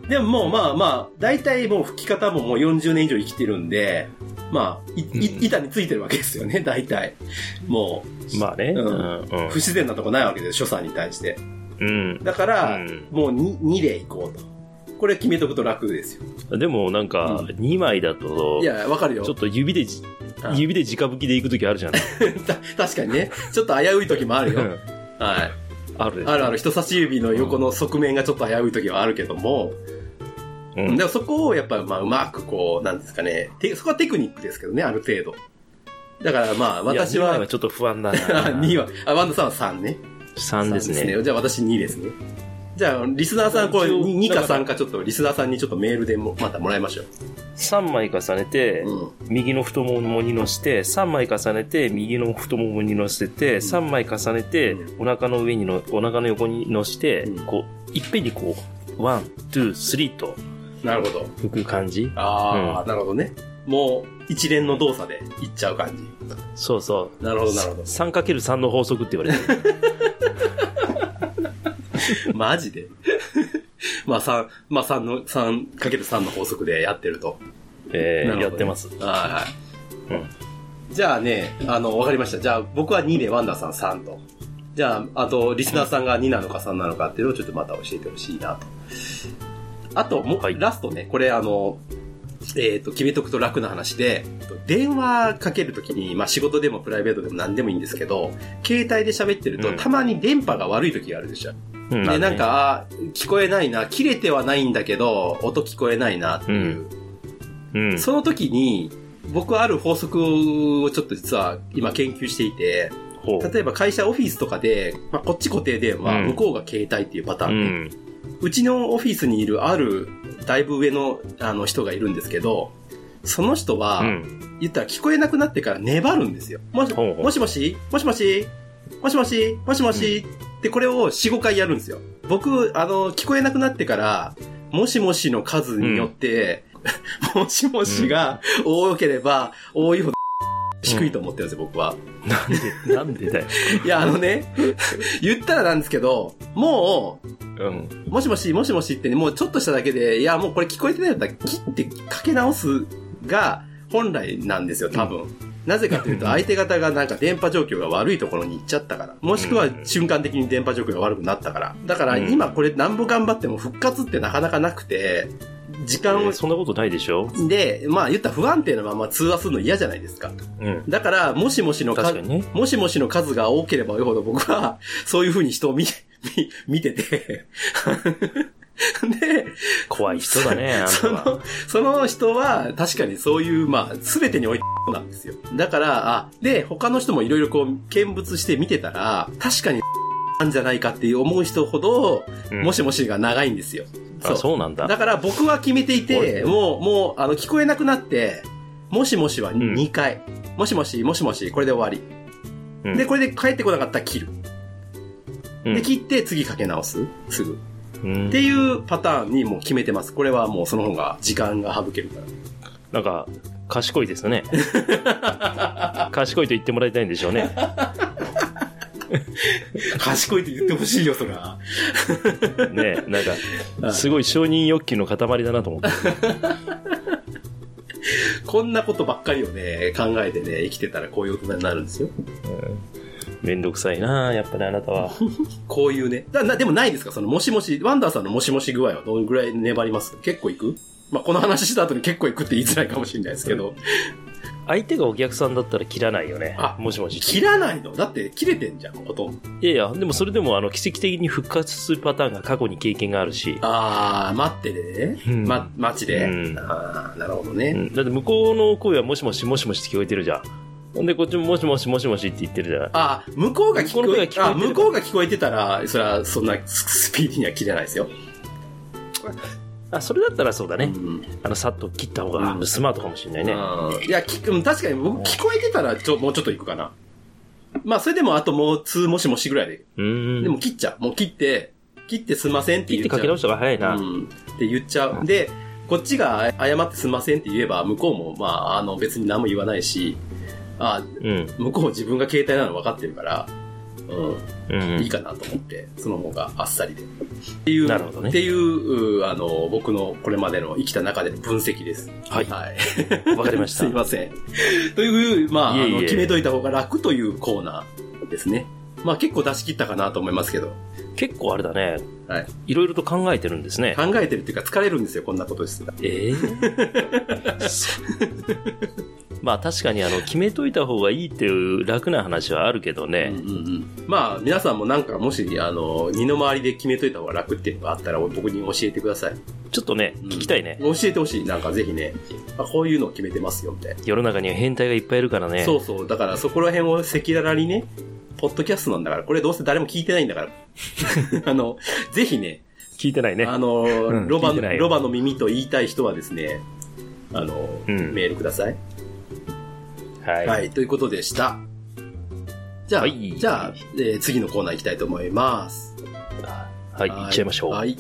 Speaker 3: でももうまあまあ、大体もう吹き方ももう40年以上生きてるんで、まあ、い
Speaker 2: うん
Speaker 3: い板についてるわけですよね、 大体。も
Speaker 2: まあね。
Speaker 3: うん
Speaker 2: うん。う
Speaker 3: う、不自然なとこないわけですよ、所作に対して。
Speaker 2: ん
Speaker 3: だから、
Speaker 2: うん
Speaker 3: もう 2, 2でいこうと。これ決めとくと楽ですよ。
Speaker 2: うん。でもなんか、
Speaker 3: う
Speaker 2: 2枚だと
Speaker 3: い、や、わかるよ。
Speaker 2: ちょっと指でじ
Speaker 3: う、ん
Speaker 2: 指で直吹きで行くときあるじゃない
Speaker 3: た確かにね、ちょっと危うい時もある
Speaker 2: う
Speaker 3: よ。
Speaker 2: ん
Speaker 3: はい。
Speaker 2: あるでしょ
Speaker 3: あるある人差し指の横の側面がちょっと危うい時はあるけども、
Speaker 2: うん
Speaker 3: でもそこをやっぱまあうまくこう、なんですかね、てそこはテクニックですけどね、ある程度。だからまあ私
Speaker 2: いや二枚
Speaker 3: は、
Speaker 2: ちょっと不安だ な。
Speaker 3: 2は、あ、ワンダさんは3ね。
Speaker 2: 3です
Speaker 3: 三
Speaker 2: ね。
Speaker 3: じゃあ私2ですね。じゃあ、リスナーさん、これ
Speaker 2: 一応
Speaker 3: 2か
Speaker 2: だから
Speaker 3: 3かちょっと、リスナーさんにちょっとメールでも、またもらいましょ
Speaker 2: 3枚重ねて、
Speaker 3: う。うん。
Speaker 2: 右の太ももに乗せて、3枚重ねて、右の太ももに乗せて、3枚重ねて、お腹の上にの、お腹の横に乗せて
Speaker 3: うん、
Speaker 2: こう、いっぺんにこう、ワン、ツー、スリーと
Speaker 3: なるほど。
Speaker 2: 吹く感じ
Speaker 3: ああ、
Speaker 2: う
Speaker 3: なるほどね。もう、一連の動作でいっちゃう感じ。
Speaker 2: そうそう。
Speaker 3: なるほど、なるほ
Speaker 2: 3×3 の法則って言われて る。
Speaker 3: ど。マジで まあ3、まあ3の、3かける3の法則でやってると。
Speaker 2: え
Speaker 3: な
Speaker 2: ー
Speaker 3: るほどね
Speaker 2: やってます。
Speaker 3: はいはい。
Speaker 2: うん
Speaker 3: じゃあね、あの、わかりました。じゃあ、僕は2で、ワンダーさん3と。じゃあ、あと、リスナーさんが2なのか3なのかっていうのをちょっとまた教えてほしいなと。あと、もう、
Speaker 2: はい
Speaker 3: ラストね、これあの、えっ、と、決めとくと楽な話で、電話かけるときに、まあ仕事でもプライベートでも何でもいいんですけど、携帯で喋ってると、
Speaker 2: うん
Speaker 3: たまに電波が悪いときがあるでしょ。
Speaker 2: うん
Speaker 3: で、なん、か、あー聞こえないな、切れてはないんだけど、音聞こえないなっていう。
Speaker 2: うんうん。
Speaker 3: その時に、僕はある法則をちょっと実は今研究していて、
Speaker 2: ほう。
Speaker 3: 例えば会社オフィスとかで、まあ、こっち固定電話、
Speaker 2: うん
Speaker 3: 向こうが携帯っていうパター
Speaker 2: う
Speaker 3: ン、
Speaker 2: ん。
Speaker 3: うちのオフィスにいるある、だいぶ上のあの人がいるんですけど、その人は、
Speaker 2: うん。
Speaker 3: 言ったら聞こえなくなってから粘るんですよ。もし
Speaker 2: ほうほう
Speaker 3: もしもしもしもしもしもしもしもしってこれを4、5回やるんですよ。僕、あの、聞こえなくなってから、もしもしの数によって、 もしもしが多ければ多いほど低いと思ってるんですよ、僕は。
Speaker 2: なんで、なんでだよ。
Speaker 3: いや、あのね、言ったらなんですけど、もう、
Speaker 2: うん。
Speaker 3: もしもし、もしもしってね、もうちょっとしただけで、いや、もうこれ聞こえてないんだったら切ってかけ直すが本来なんですよ、多分。なぜかというと、相手方がなんか電波状況が悪いところに行っちゃったから。もしくは
Speaker 2: うん
Speaker 3: 瞬間的に電波状況が悪くなったから。だから
Speaker 2: うん
Speaker 3: 今これなんぼ頑張っても復活ってなかなかなくて、時
Speaker 2: え
Speaker 3: 間を
Speaker 2: ー、そんなことないでしょ
Speaker 3: で、まあ言ったら不安定なまま通話するの嫌じゃないですか。
Speaker 2: うん。
Speaker 3: だから、もしもしの数
Speaker 2: 確かにね。
Speaker 3: もしもしの数が多ければ多いほど僕は、 そういう風に人を見、見、 見て て。で、
Speaker 2: 怖い人だね、あんた
Speaker 3: そ
Speaker 2: は。
Speaker 3: の、その人は確かにそういう、まあ、すべてにおいてなんですよ。だから、あ、で、他の人もいろいろこう、見物して見てたら、確かになんじゃないかっていう思う人ほど、
Speaker 2: うん
Speaker 3: もしもしが長いんですよ。
Speaker 2: あ、そうなんだ。
Speaker 3: だから僕は決めていて、もう、もう、あの、聞こえなくなって、もしもしは
Speaker 2: ん
Speaker 3: 2回。もしもし、もしもし、これで終わり。
Speaker 2: うん
Speaker 3: で、これで帰ってこなかったら切る。
Speaker 2: うん
Speaker 3: で、切って次かけ直す。すぐ。
Speaker 2: うん
Speaker 3: っていうパターンにもう決めてます。これはもうその方が時間が省けるから。
Speaker 2: なんか、賢いです ね。賢いと言ってもらいたいんでしょうね。
Speaker 3: 賢いって言ってほしいよ、そら。
Speaker 2: ねなん
Speaker 3: は
Speaker 2: か、
Speaker 3: い
Speaker 2: すごい承認欲求の塊だなと思って。
Speaker 3: こんなことばっかりをね、考えてね、生きてたらこういう大人になるんですよ。
Speaker 2: めんどくさいなやっぱりあなたは。
Speaker 3: こういうね。だなでもないですかその、もしもし、ワンダーさんのもしもし具合はどのぐらい粘ります結構いくまあ、この話した後に結構いくって言いづらいかもしれないですけど。
Speaker 2: 相手がお客さんだったら切らないよね
Speaker 3: あ。
Speaker 2: もしもし。
Speaker 3: 切らないのだって切れてんじゃん、ほとんど。
Speaker 2: いやいや、でもそれでも、あの、奇跡的に復活するパターンが過去に経験があるし。
Speaker 3: あー、待ってね。
Speaker 2: うん
Speaker 3: ま、待ちで。
Speaker 2: うん
Speaker 3: あー、なるほど
Speaker 2: う
Speaker 3: ね。
Speaker 2: んだって向こうの声はもしもしもしもしって聞こえてるじゃん。ほんで、こっちももしもしもしもしって言ってるじゃない。
Speaker 3: あー、向こうが聞こ
Speaker 2: 向
Speaker 3: え
Speaker 2: こうの声が聞こえてる
Speaker 3: あ、向こうが聞こえてたら、それはそんなススピーディーには切れないですよ。
Speaker 2: あ、それだったらそうだね
Speaker 3: う。ん
Speaker 2: あの、さっと切った方がスマートかもしれないね。
Speaker 3: うんいや、聞くうん確かに僕聞こえてたらちょ、もうちょっといくかな。まあ、それでもあともう2もしもしぐらいで。
Speaker 2: うーん。
Speaker 3: でも切っちゃう。もう切って、切ってすんませんっ
Speaker 2: 切
Speaker 3: て
Speaker 2: っ
Speaker 3: 言
Speaker 2: て
Speaker 3: っちゃ
Speaker 2: か
Speaker 3: う。
Speaker 2: け直した方が早いな。
Speaker 3: うん。って言っちゃう。で、こっちが謝ってすんませんって言えば、向こうも、まあ、あの、別に何も言わないし、あ
Speaker 2: うん。
Speaker 3: 向こう自分が携帯なの分かってるから、
Speaker 2: うん
Speaker 3: う、
Speaker 2: うんん
Speaker 3: いいかなと思って、その方があっさりで。っていう、
Speaker 2: なるほどね
Speaker 3: っていう、うあの、僕のこれまでの生きた中での分析です。
Speaker 2: はい
Speaker 3: はい。
Speaker 2: わかりました。
Speaker 3: すいません。という、まあ、
Speaker 2: いえいえ
Speaker 3: あの決めといた方が楽というコーナーですね。まあ結構出し切ったかなと思いますけど、
Speaker 2: 結構あれだね。
Speaker 3: はい。
Speaker 2: いろいろと考えてるんですね。
Speaker 3: 考えてるっていうか疲れるんですよ、こんなことしてたら。
Speaker 2: ええそう まあ確かにあの決めといた方がいいっていう楽な話はあるけど
Speaker 3: うんう
Speaker 2: ね、
Speaker 3: んうん。まあ皆さんもなんかもし、あの、二の回りで決めといた方が楽っていうのがあったら僕に教えてください。
Speaker 2: ちょっとね、
Speaker 3: うん
Speaker 2: 聞きたいね。
Speaker 3: 教えてほしい。なんかぜひね、あこういうのを決めてますよ、みたいな。
Speaker 2: 世の中には変態がいっぱいいるからね。
Speaker 3: そうそう。だからそこら辺を赤裸々にね、ポッドキャストなんだから、これどうせ誰も聞いてないん だから。あの、ぜひね、
Speaker 2: 聞いてないね。
Speaker 3: あの、
Speaker 2: うん
Speaker 3: ロバ
Speaker 2: 聞いてないよ
Speaker 3: ロバの耳と言いたい人はですね、あの、
Speaker 2: うん
Speaker 3: メールください。
Speaker 2: は
Speaker 3: はい、
Speaker 2: い。
Speaker 3: ということでした。じゃあ、
Speaker 2: はい
Speaker 3: じゃあ、えー次のコーナー行きたいと思います。
Speaker 2: はい、行っちゃいましょう。
Speaker 3: はい。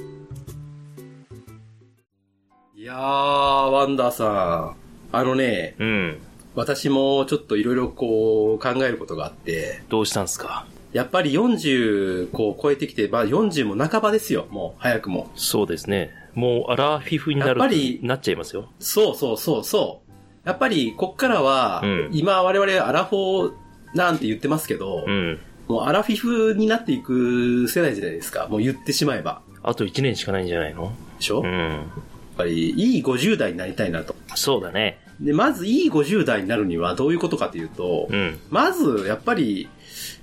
Speaker 3: いやー、ワンダーさん。あのね、
Speaker 2: うん。
Speaker 3: 私もちょっといろいろこう考えることがあって、
Speaker 2: どうしたんすか
Speaker 3: やっぱり40こう超えてきて、まあ40も半ばですよ、もう早くも。
Speaker 2: そうですね。もうアラフィフになる。
Speaker 3: やっぱり
Speaker 2: なっちゃいますよ。
Speaker 3: そうそうそうそう。やっぱり、こっからは、
Speaker 2: うん
Speaker 3: 今我々アラフォーなんて言ってますけど、
Speaker 2: うん。
Speaker 3: もうアラフィフになっていく世代じゃないですか。もう言ってしまえば。
Speaker 2: あと1年しかないんじゃないの
Speaker 3: でしょ、
Speaker 2: う
Speaker 3: やっ
Speaker 2: ん。
Speaker 3: ぱり、いい50代になりたいなと。
Speaker 2: そうだね。
Speaker 3: で、まずいい50代になるにはどういうことかというと、
Speaker 2: うん。
Speaker 3: まず、やっぱり、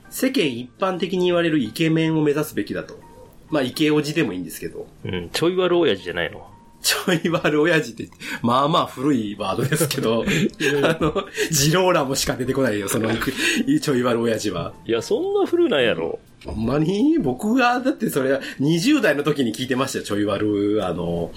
Speaker 3: 世間一般的に言われるイケメンを目指すべきだと。まあ、イケオジでもいいんですけど。
Speaker 2: うん。ちょい悪親父じゃないの。
Speaker 3: ちょい悪親父って、まあまあ古いワードですけど、 あの、ジローラもしか出てこないよ、その、ちょい 悪親父は。
Speaker 2: いや、そんな古ないやろ。
Speaker 3: ほんまに僕が、だってそれは20代の時に聞いてましたよ、ちょい悪、あの、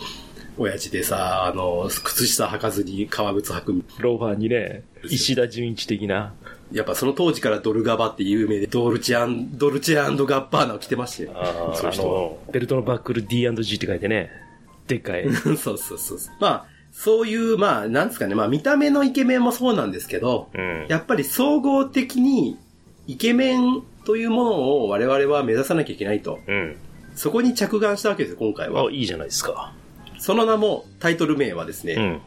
Speaker 3: 親父でさ、あの、靴下履かずに革靴履く。
Speaker 2: ローファーにね、石田純一的な。
Speaker 3: やっぱその当時からドルガバって有名で、ドルチアン、ドルチアンドガッパーナを着てま したよ。
Speaker 2: あ
Speaker 3: そういう人は
Speaker 2: の、ベルトのバックル D&G って書いてね、でっかい。
Speaker 3: そうそうそうそう。まあ、そういう、まあ、なんですかね、まあ見た目のイケメンもそうなんですけど、
Speaker 2: うん。
Speaker 3: やっぱり総合的にイケメンというものを我々は目指さなきゃいけないと。
Speaker 2: うん。
Speaker 3: そこに着眼したわけですよ、今回
Speaker 2: あ
Speaker 3: は、。
Speaker 2: いいじゃないですか。
Speaker 3: その名も、タイトル名はですね、
Speaker 2: うん。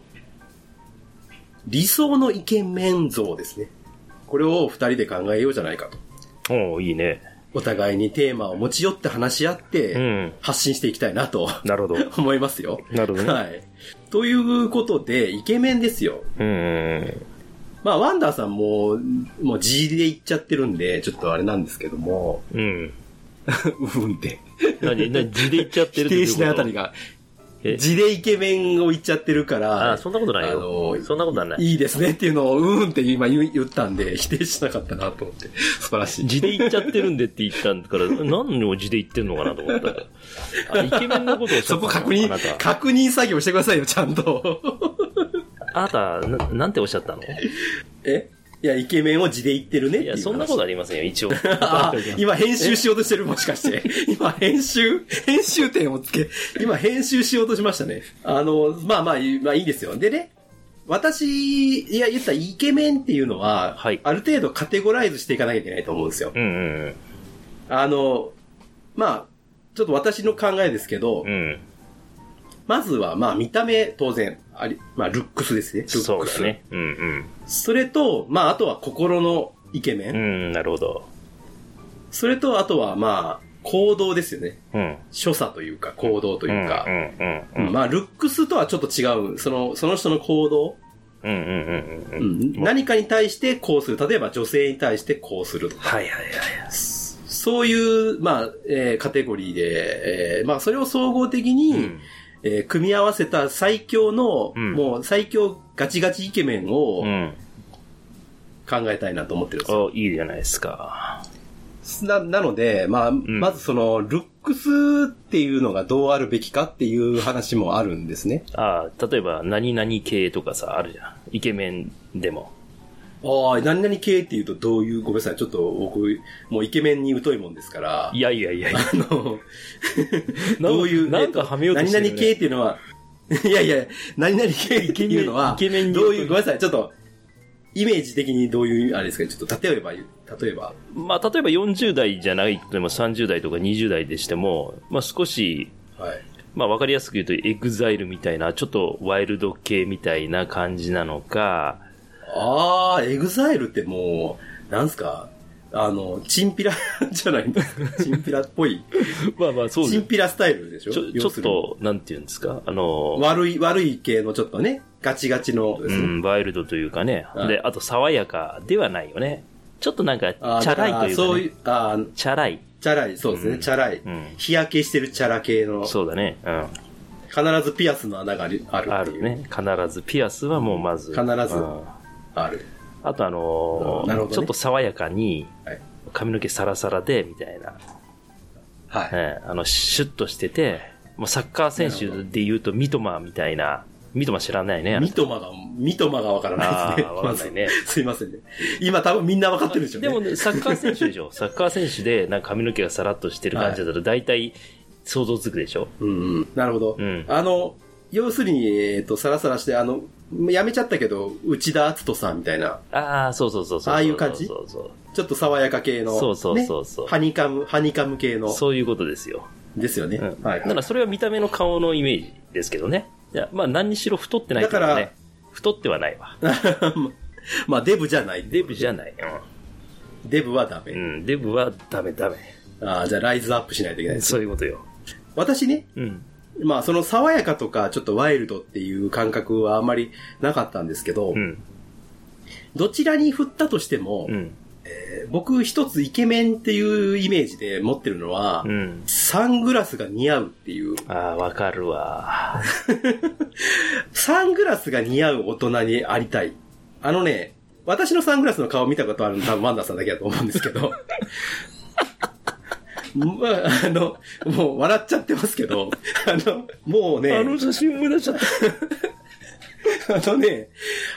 Speaker 3: 理想のイケメン像ですね。これを二人で考えようじゃないかと。
Speaker 2: おういいね。
Speaker 3: お互いにテーマを持ち寄って話し合って、
Speaker 2: うん
Speaker 3: 発信していきたいなと
Speaker 2: なるほど。
Speaker 3: 思いますよ。
Speaker 2: なるほどね
Speaker 3: はい。ということで、イケメンですよ。
Speaker 2: うん。
Speaker 3: まあ、ワンダーさんも、もう G で言っちゃってるんで、ちょっとあれなんですけども、
Speaker 2: うん。
Speaker 3: うんって。
Speaker 2: 何、何、字で言っちゃってる
Speaker 3: 否
Speaker 2: っていう
Speaker 3: 定
Speaker 2: こと
Speaker 3: しないあたりが、
Speaker 2: え
Speaker 3: 字でイケメンを言っちゃってるか
Speaker 2: あ
Speaker 3: ら、
Speaker 2: そんなことない
Speaker 3: あ
Speaker 2: よ
Speaker 3: の。
Speaker 2: そんなことはない。
Speaker 3: いいですねっていうのを、うーんって今言う言ったんで、否定しなかったなと思って、素晴らしい。
Speaker 2: 字で言っちゃってるんでって言ったんだ から、何を字で言ってんのかなと思ったら。あイケメンのことをおっしゃ
Speaker 3: そ
Speaker 2: った
Speaker 3: こ
Speaker 2: の
Speaker 3: 確
Speaker 2: あな
Speaker 3: 認、
Speaker 2: た。
Speaker 3: 確認作業してくださいよ、ちゃんと。
Speaker 2: あなた、ななんておっしゃったの
Speaker 3: えいや、イケメンを字で言ってるねっ
Speaker 2: い
Speaker 3: てい
Speaker 2: や、
Speaker 3: う話。
Speaker 2: そんなことありませんよ、一応。
Speaker 3: あ今編集しようとしてるもしかして。 今編集、編集点をつけ、今編集しようとしましたね。あの、まあまあ、いいまあいいんですよ。でね、私、いや、言ったらイケメンっていうのは、
Speaker 2: はい
Speaker 3: ある程度カテゴライズしていかなきゃいけないと思うんですよ
Speaker 2: う。んうん
Speaker 3: あの、まあ、ちょっと私の考えですけど、
Speaker 2: うん。うん。
Speaker 3: まずは、まあ、見た目、当然、あり、まあ、ルックスですね。ルックス
Speaker 2: そうだね。うん
Speaker 3: それと、まあ、あとは心のイケメ
Speaker 2: う
Speaker 3: ン。
Speaker 2: ん。うん、なるほど。
Speaker 3: それと、あとは、まあ、行動ですよね。
Speaker 2: うん。
Speaker 3: 所作というか、行動というか。
Speaker 2: うんうんうん
Speaker 3: まあ、ルックスとはちょっと違う。その、その人の行動。
Speaker 2: うんうんうんうんう
Speaker 3: うんん何かに対してこうする。例えば、女性に対してこうするとか。
Speaker 2: はいはいはい。
Speaker 3: そういう、まあ、えーカテゴリーで、えーまあ、それを総合的に、
Speaker 2: うん
Speaker 3: えー組み合わせた最強の、
Speaker 2: うん
Speaker 3: もう最強ガチガチイケメンを
Speaker 2: うん。
Speaker 3: 考えたいなと思ってるんですよ。
Speaker 2: あいいじゃないですか。
Speaker 3: な、なので、まあ、まずその、ルックスっていうのがどうあるべきかっていう話もあるんですね。
Speaker 2: あ例えば、何々系とかさ、あるじゃん。イケメンでも。
Speaker 3: ああ、何々系っていうとどういう、ごめんなさい、ちょっと僕、もうイケメンに疎いもんですから
Speaker 2: い、やいやいやいや。
Speaker 3: あの、どういう、
Speaker 2: なんか
Speaker 3: えっ
Speaker 2: はめようとしてるね
Speaker 3: 何々系 っていうのは、いやいや、何々系っていうのは、
Speaker 2: イケメンイケメンに
Speaker 3: どういう、
Speaker 2: イケメンに
Speaker 3: ごめんなさい、ちょっと、イメージ的にどういう、あれですかね、ちょっと例えば、例えば。
Speaker 2: まあ、例えば40代じゃないとでも30代とか20代でしても、まあ、少し、
Speaker 3: はい。
Speaker 2: まあ、わかりやすく言うと、エグザイルみたいな、ちょっとワイルド系みたいな感じなのか、
Speaker 3: あー、エグザイルってもう、なんすか、あの、チンピラじゃないんで すか。チンピラっぽい。
Speaker 2: まあまあ、そ
Speaker 3: チンピラスタイルでしょ
Speaker 2: ちょ、ちょ
Speaker 3: 要
Speaker 2: っ
Speaker 3: するに
Speaker 2: と、なんていうんですか、あの、
Speaker 3: 悪い、悪い系のちょっとね、ガチガチの。
Speaker 2: うん、ワイルドというかね、
Speaker 3: はい
Speaker 2: で、あと爽やかではないよね。ちょっとなんか、チ
Speaker 3: あー
Speaker 2: ャラいというか、ね、
Speaker 3: だらそういう、あー
Speaker 2: チャラい。
Speaker 3: チャラい、そうですね、チャラい、
Speaker 2: うん
Speaker 3: 日焼けしてるチャラ系の、必
Speaker 2: そうだね。うん。
Speaker 3: ずピアスの穴があるある
Speaker 2: あ
Speaker 3: ってい
Speaker 2: る
Speaker 3: う。
Speaker 2: ね。必ず、ピアスはもうまず。
Speaker 3: 必ず
Speaker 2: うん
Speaker 3: ある。
Speaker 2: あとあのー
Speaker 3: うんなるほどね
Speaker 2: ちょっと爽やかに、
Speaker 3: はい。
Speaker 2: 髪の毛サラサラで、みたいな。
Speaker 3: はい。
Speaker 2: ええあの、シュッとしてて、もうサッカー選手で言うと、三笘みたいな。三笘知らないね。
Speaker 3: 三笘が、三笘がわからないです
Speaker 2: あ
Speaker 3: ね
Speaker 2: ー。わか
Speaker 3: ま
Speaker 2: んない
Speaker 3: ず
Speaker 2: ね
Speaker 3: すいませんね。今多分みんなわかってるでしょうね。
Speaker 2: でもね、サッカー選手でし ょ。サッカー選手で、なんか髪の毛がサラッとしてる感じだったら、大体想像つくでしょ。
Speaker 3: うんうん。なるほど。
Speaker 2: うん
Speaker 3: あの、要するに、えっ、と、さらさらして、あの、やめちゃったけど、内田篤人さんみたいな、
Speaker 2: ああ、そうそうそうそう。
Speaker 3: ああいう感じ
Speaker 2: そうそう
Speaker 3: ちょっと爽やか系の、
Speaker 2: そうそうそうそう
Speaker 3: ねハニカム、ハニカム系
Speaker 2: そう。
Speaker 3: の、
Speaker 2: そういうことですよ。
Speaker 3: ですよね。
Speaker 2: うん。
Speaker 3: はい。
Speaker 2: だ からそれは見た目の顔のイメージですけどね。いや、まあ何にしろ太ってないから
Speaker 3: だ
Speaker 2: ね
Speaker 3: か。
Speaker 2: 太ってはないわ。
Speaker 3: まあ、デブじゃない。
Speaker 2: デブじゃない。
Speaker 3: デブはダメ。
Speaker 2: うん。うん、デブはダメダメ。
Speaker 3: ああ、じゃあライズアップしないといけないです。
Speaker 2: そういうことよ。
Speaker 3: 私ね、
Speaker 2: うん。
Speaker 3: まあその爽やかとかちょっとワイルドっていう感覚はあんまりなかったんですけど、
Speaker 2: うん。
Speaker 3: どちらに振ったとしても、
Speaker 2: うん。
Speaker 3: えー僕一つイケメンっていうイメージで持ってるのは、
Speaker 2: うん。
Speaker 3: サングラスが似合うっていう、
Speaker 2: ああ、わかるわ。
Speaker 3: サングラスが似合う大人にありたい。あのね、私のサングラスの顔見たことあるの多分マンダさんだけだと思うんですけど。 まあ、あの、もう笑っちゃってますけど、あの、もうね、
Speaker 2: 写真思い出しちゃった。
Speaker 3: あのね、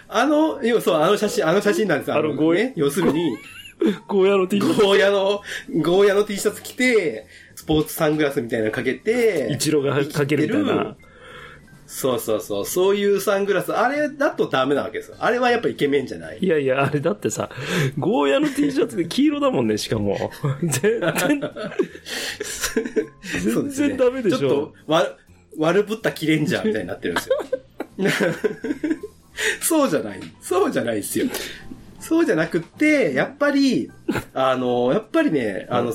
Speaker 3: あの、要はそう、あの写真、あの写真なんですよ。
Speaker 2: あのゴーヤ
Speaker 3: ね、要するに、
Speaker 2: ゴーヤの T
Speaker 3: ゴーヤの、ゴーヤの T シャツ着て、スポーツサングラスみたいなのかけて、
Speaker 2: 一郎がかけるみたいな。
Speaker 3: そうそうそう、そういうサングラス、あれだとダメなわけですよ。あれはやっぱイケメンじゃない。
Speaker 2: いやいや、あれだってさ、ゴーヤの T シャツで黄色だもんね、しかも。全然、
Speaker 3: そうですね
Speaker 2: 全然ダメでしょ
Speaker 3: ちょっと、わ、悪ぶったキレンジャーみたいになってるんですよ。 そうじゃない。そうじゃないですよ。そうじゃなくって、やっぱり、あの、やっぱりね、あの、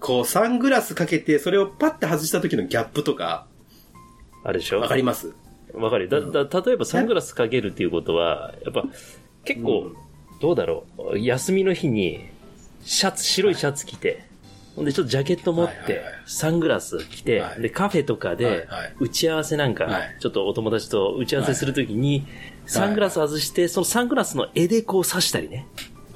Speaker 3: こう、サングラスかけて、それをパッて外した時のギャップとか、
Speaker 2: あれでしょ
Speaker 3: わかります
Speaker 2: わかるよだ、だ、例えばサングラスかけるっていうことは、やっぱ、結構、どうだろう、休みの日に、シャツ、白いシャツ着て、ほんでちょっとジャケット持っ
Speaker 3: はい
Speaker 2: て
Speaker 3: はいはい、
Speaker 2: サングラス着て
Speaker 3: は、い
Speaker 2: で、カフェとか
Speaker 3: はい
Speaker 2: で
Speaker 3: はい、
Speaker 2: 打ち合わせなんか
Speaker 3: はい、
Speaker 2: ちょっとお友達と打ち合わせするときに、サングラス外して、そのサングラスの絵でこう刺したりね、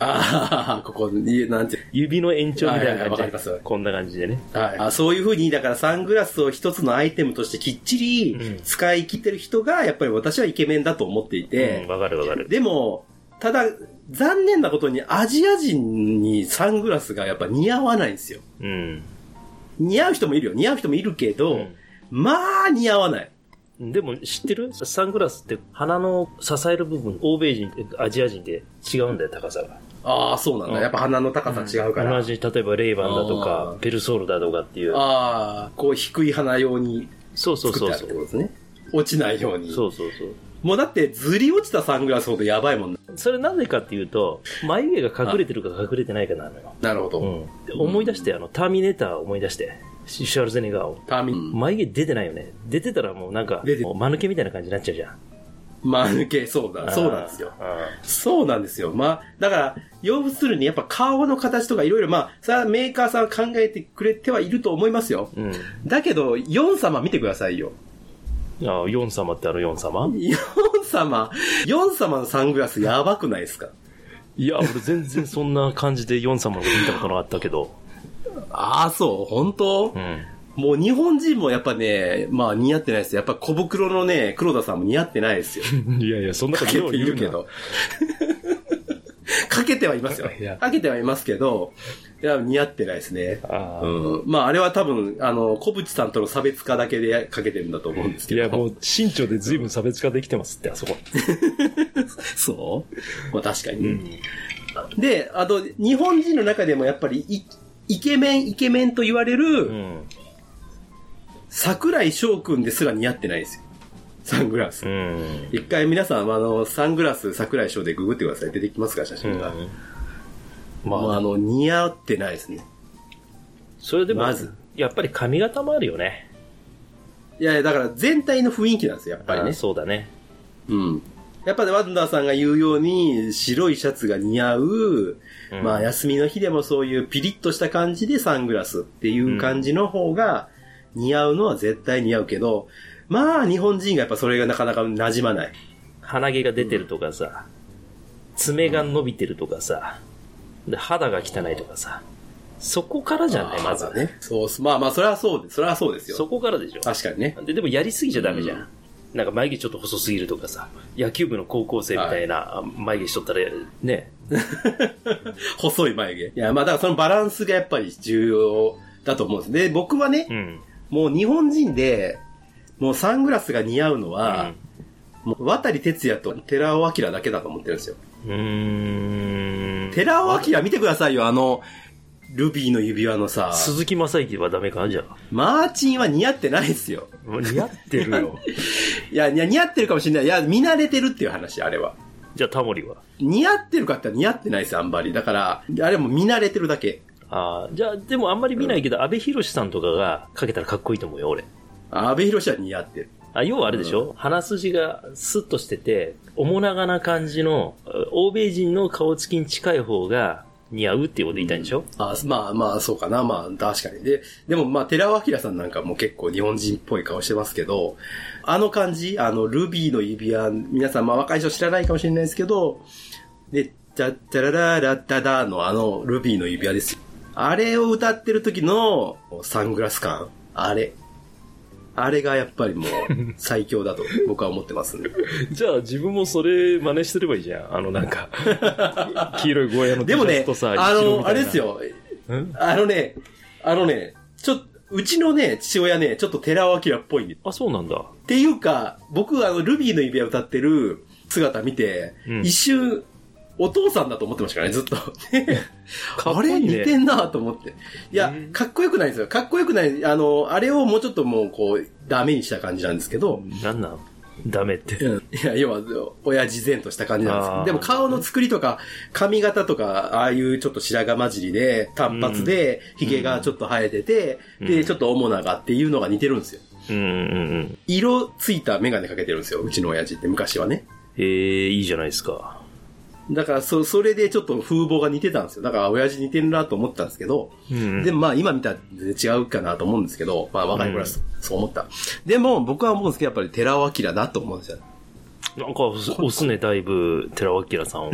Speaker 3: ああ、ここ、いなんて。
Speaker 2: 指の延長みたいな
Speaker 3: はいはいはいわか
Speaker 2: 感
Speaker 3: りま
Speaker 2: じで、
Speaker 3: す
Speaker 2: こんな感じでね。
Speaker 3: はい、あそういうふうに、だからサングラスを一つのアイテムとしてきっち
Speaker 2: うん
Speaker 3: り使い切ってる人が、やっぱり私はイケメンだと思っていて、
Speaker 2: うん、わかるわかる。
Speaker 3: でも、ただ、残念なことにアジア人にサングラスがやっぱ似合わないんですよ。
Speaker 2: うん。
Speaker 3: 似合う人もいるよ。似合う人もいるけど、
Speaker 2: うん
Speaker 3: まあ似合わない。
Speaker 2: でも知ってるサングラスって鼻の支える部分、欧米人、アジア人で違うんだよ、高さが。
Speaker 3: ああ、そうなんだ。
Speaker 2: うん
Speaker 3: やっぱ鼻の高さ違うから。
Speaker 2: 同じ、例えばレイバンだと
Speaker 3: あ
Speaker 2: か
Speaker 3: ー、
Speaker 2: ペルソールだとかっていう。
Speaker 3: ああ、こう低い鼻用に
Speaker 2: そうそう
Speaker 3: 作っ
Speaker 2: そうそ
Speaker 3: てあるってこ
Speaker 2: う。
Speaker 3: とですね。落ちないように。
Speaker 2: そうそうそう。
Speaker 3: もうだってずり落ちたサングラスほどやばいもんな。
Speaker 2: それなぜかっていうと、眉毛が隠れてるか隠れてないかなのよ。
Speaker 3: なるほど。
Speaker 2: うんで思い出して、あの、ターミネーターを思い出して、シュワルゼネッガーを。
Speaker 3: ターミン、
Speaker 2: 眉毛出てないよね。出てたらもうなんか
Speaker 3: 出、て
Speaker 2: もう間抜けみたいな感じになっちゃうじゃん。
Speaker 3: まあ抜け、そうだ、そうなんですよ。
Speaker 2: あ
Speaker 3: そうなんですよ。まあ、だから、要するにやっぱ顔の形とかいろいろ、まあ、さあメーカーさんは考えてくれてはいると思いますよ。
Speaker 2: ー。うん。
Speaker 3: だけど、ヨン様見てくださいよ。
Speaker 2: ああ、ヨン様ってあのヨン様
Speaker 3: ヨン様、ヨン様のサングラスやばくないですか
Speaker 2: いや、俺全然そんな感じでヨン様のこと見たことなかったけど。
Speaker 3: ああ、そう、本当、
Speaker 2: うん。
Speaker 3: もう日本人もやっぱね、まあ似合ってないですよ。やっぱ小袋のね、黒田さんも似合ってな いですよ。
Speaker 2: いやいや、そんなこと
Speaker 3: かけ
Speaker 2: よう
Speaker 3: てい
Speaker 2: 言う
Speaker 3: る
Speaker 2: な
Speaker 3: け。ど。 かけてはいますよ
Speaker 2: いや。
Speaker 3: かけてはいますけど、いや、似合ってないですね。
Speaker 2: ああ
Speaker 3: うん。まあ、あれは多分、あの、小渕さんとの差別化だけでかけてるんだと思うんですけ
Speaker 2: い
Speaker 3: ど。
Speaker 2: や、もう、身長で随分差別化できてますって、あそこ。
Speaker 3: う、
Speaker 4: そう
Speaker 3: まあ確かに、で、あと、日本人の中でもやっぱりイ、イケメン、イケメンと言われ
Speaker 2: う
Speaker 3: る、
Speaker 2: ん。
Speaker 3: 桜井翔くんですら似合ってないですよ。サングラス。
Speaker 2: うん。
Speaker 3: 一回皆さん、あの、サングラス桜井翔でググってください。出てきますから、写真が。まあ、あの、似合ってないですね。
Speaker 2: それでも、
Speaker 3: まず
Speaker 2: やっぱり髪型もあるよね。
Speaker 3: いやいや、だから全体の雰囲気なんですよ、やっぱり
Speaker 2: あー
Speaker 3: ね。
Speaker 2: そうだね。
Speaker 3: うん。やっぱね、ワンダーさんが言うように、白いシャツが似合う、
Speaker 2: うん
Speaker 3: まあ、休みの日でもそういうピリッとした感じでサングラスっていう感じの方が、似合うのは絶対似合うけど、まあ、日本人がやっぱそれがなかなか馴染まない。
Speaker 2: 鼻毛が出てるとかさ、爪が伸びてるとかさ、で肌が汚いとかさ、そこからじゃんね、まず。
Speaker 3: ね。そうっす。まあまあ、それはそうです。それはそうですよ。
Speaker 2: そこからでしょ。
Speaker 3: 確かにね。
Speaker 2: で、でもやりすぎちゃダメじゃん。
Speaker 3: うん
Speaker 2: なんか眉毛ちょっと細すぎるとかさ、野球部の高校生みたいな眉毛しとったら、ね。
Speaker 3: 細い眉毛。いや、まあ、だからそのバランスがやっぱり重要だと思うんです。で、僕はね、
Speaker 2: うん。
Speaker 3: もう日本人で、もうサングラスが似合うのは、もう渡哲也と寺尾明だけだと思ってるんですよ。
Speaker 2: うーん。
Speaker 3: 寺尾明見てくださいよ、あの、ルビーの指輪のさ、
Speaker 2: 鈴木正幸はダメかなじゃあ。
Speaker 3: マーチンは似合ってないですよ。
Speaker 2: 似合ってるよ。
Speaker 3: いや、いや似合ってるかもしれない。いや、見慣れてるっていう話、あれは。
Speaker 2: じゃあタモリは。
Speaker 3: 似合ってるかって言ったら似合ってないです、あんまり。だから、あれも見慣れてるだけ。
Speaker 2: ああ、じゃあでもあんまり見ないけど、安倍博さんとかがかけたらかっこいいと思うよ、俺。
Speaker 3: 阿部寛は似合ってる。
Speaker 2: あ、要はあれでしょ、鼻筋がスッとしてて、面長な感じの、う欧米人の顔つきに近い方が似合うっていうこと言いたいんでしょ、
Speaker 3: あまあまあ、そうかな。まあ、確かに。で、でもまあ、寺尾明さんなんかも結構日本人っぽい顔してますけど、あの感じ、あの、ルビーの指輪、皆さん、まあ、若い人知らないかもしれないですけど、で、じゃ、じゃらららだだのあの、ルビーの指輪ですよ。あれを歌ってる時のサングラス感、あれ。あれがやっぱりもう最強だと僕は思ってますんで。
Speaker 2: じゃあ自分もそれ真似してればいいじゃん。あのなん か、黄色いゴーヤの
Speaker 3: でもね、あの、あれです。よ。
Speaker 2: ん
Speaker 3: あのね、あのね、ちょっと、うちのね、父親ね、ちょっと寺尾明っぽいんで。
Speaker 2: あ、そうなんだ。
Speaker 3: っていうか、僕、あの、ルビーの指輪歌ってる姿見て、
Speaker 2: うん
Speaker 3: 一瞬、お父さんだと思ってましたから ね、ずっと。
Speaker 2: っこ
Speaker 3: あ
Speaker 2: いいね
Speaker 3: れ似てんなと思って。いや、かっこよくないんですよ。かっこよくない。あの、あれをもうちょっともう、こう、ダメにした感じなんですけど、
Speaker 2: なんなんダメって。
Speaker 3: いや、要は、親父前とした感じなんですけ
Speaker 2: あー
Speaker 3: ど、でも顔の作りとか、髪型とか、ああいうちょっと白髪混じりで、単発で、髭がちょっと生えてて、
Speaker 2: うん
Speaker 3: で、ちょっと面長っていうのが似てるんですよ。
Speaker 2: うんうんうん。
Speaker 3: 色ついたメガネかけてるんですよ、うちの親父って昔はね。
Speaker 2: えー、いいじゃないですか。
Speaker 3: だから、そ、それでちょっと風貌が似てたんですよ。だから、親父似てるなと思ったんですけど、
Speaker 2: うん
Speaker 3: でもまあ、今見たら全然違うかなと思うんですけど、まあ、若い頃はそそう思った。でも、僕は思うんですけど、やっぱり寺尾明だと思うんですよ。
Speaker 2: なんか、おすね、だいぶ、寺尾明 さんを。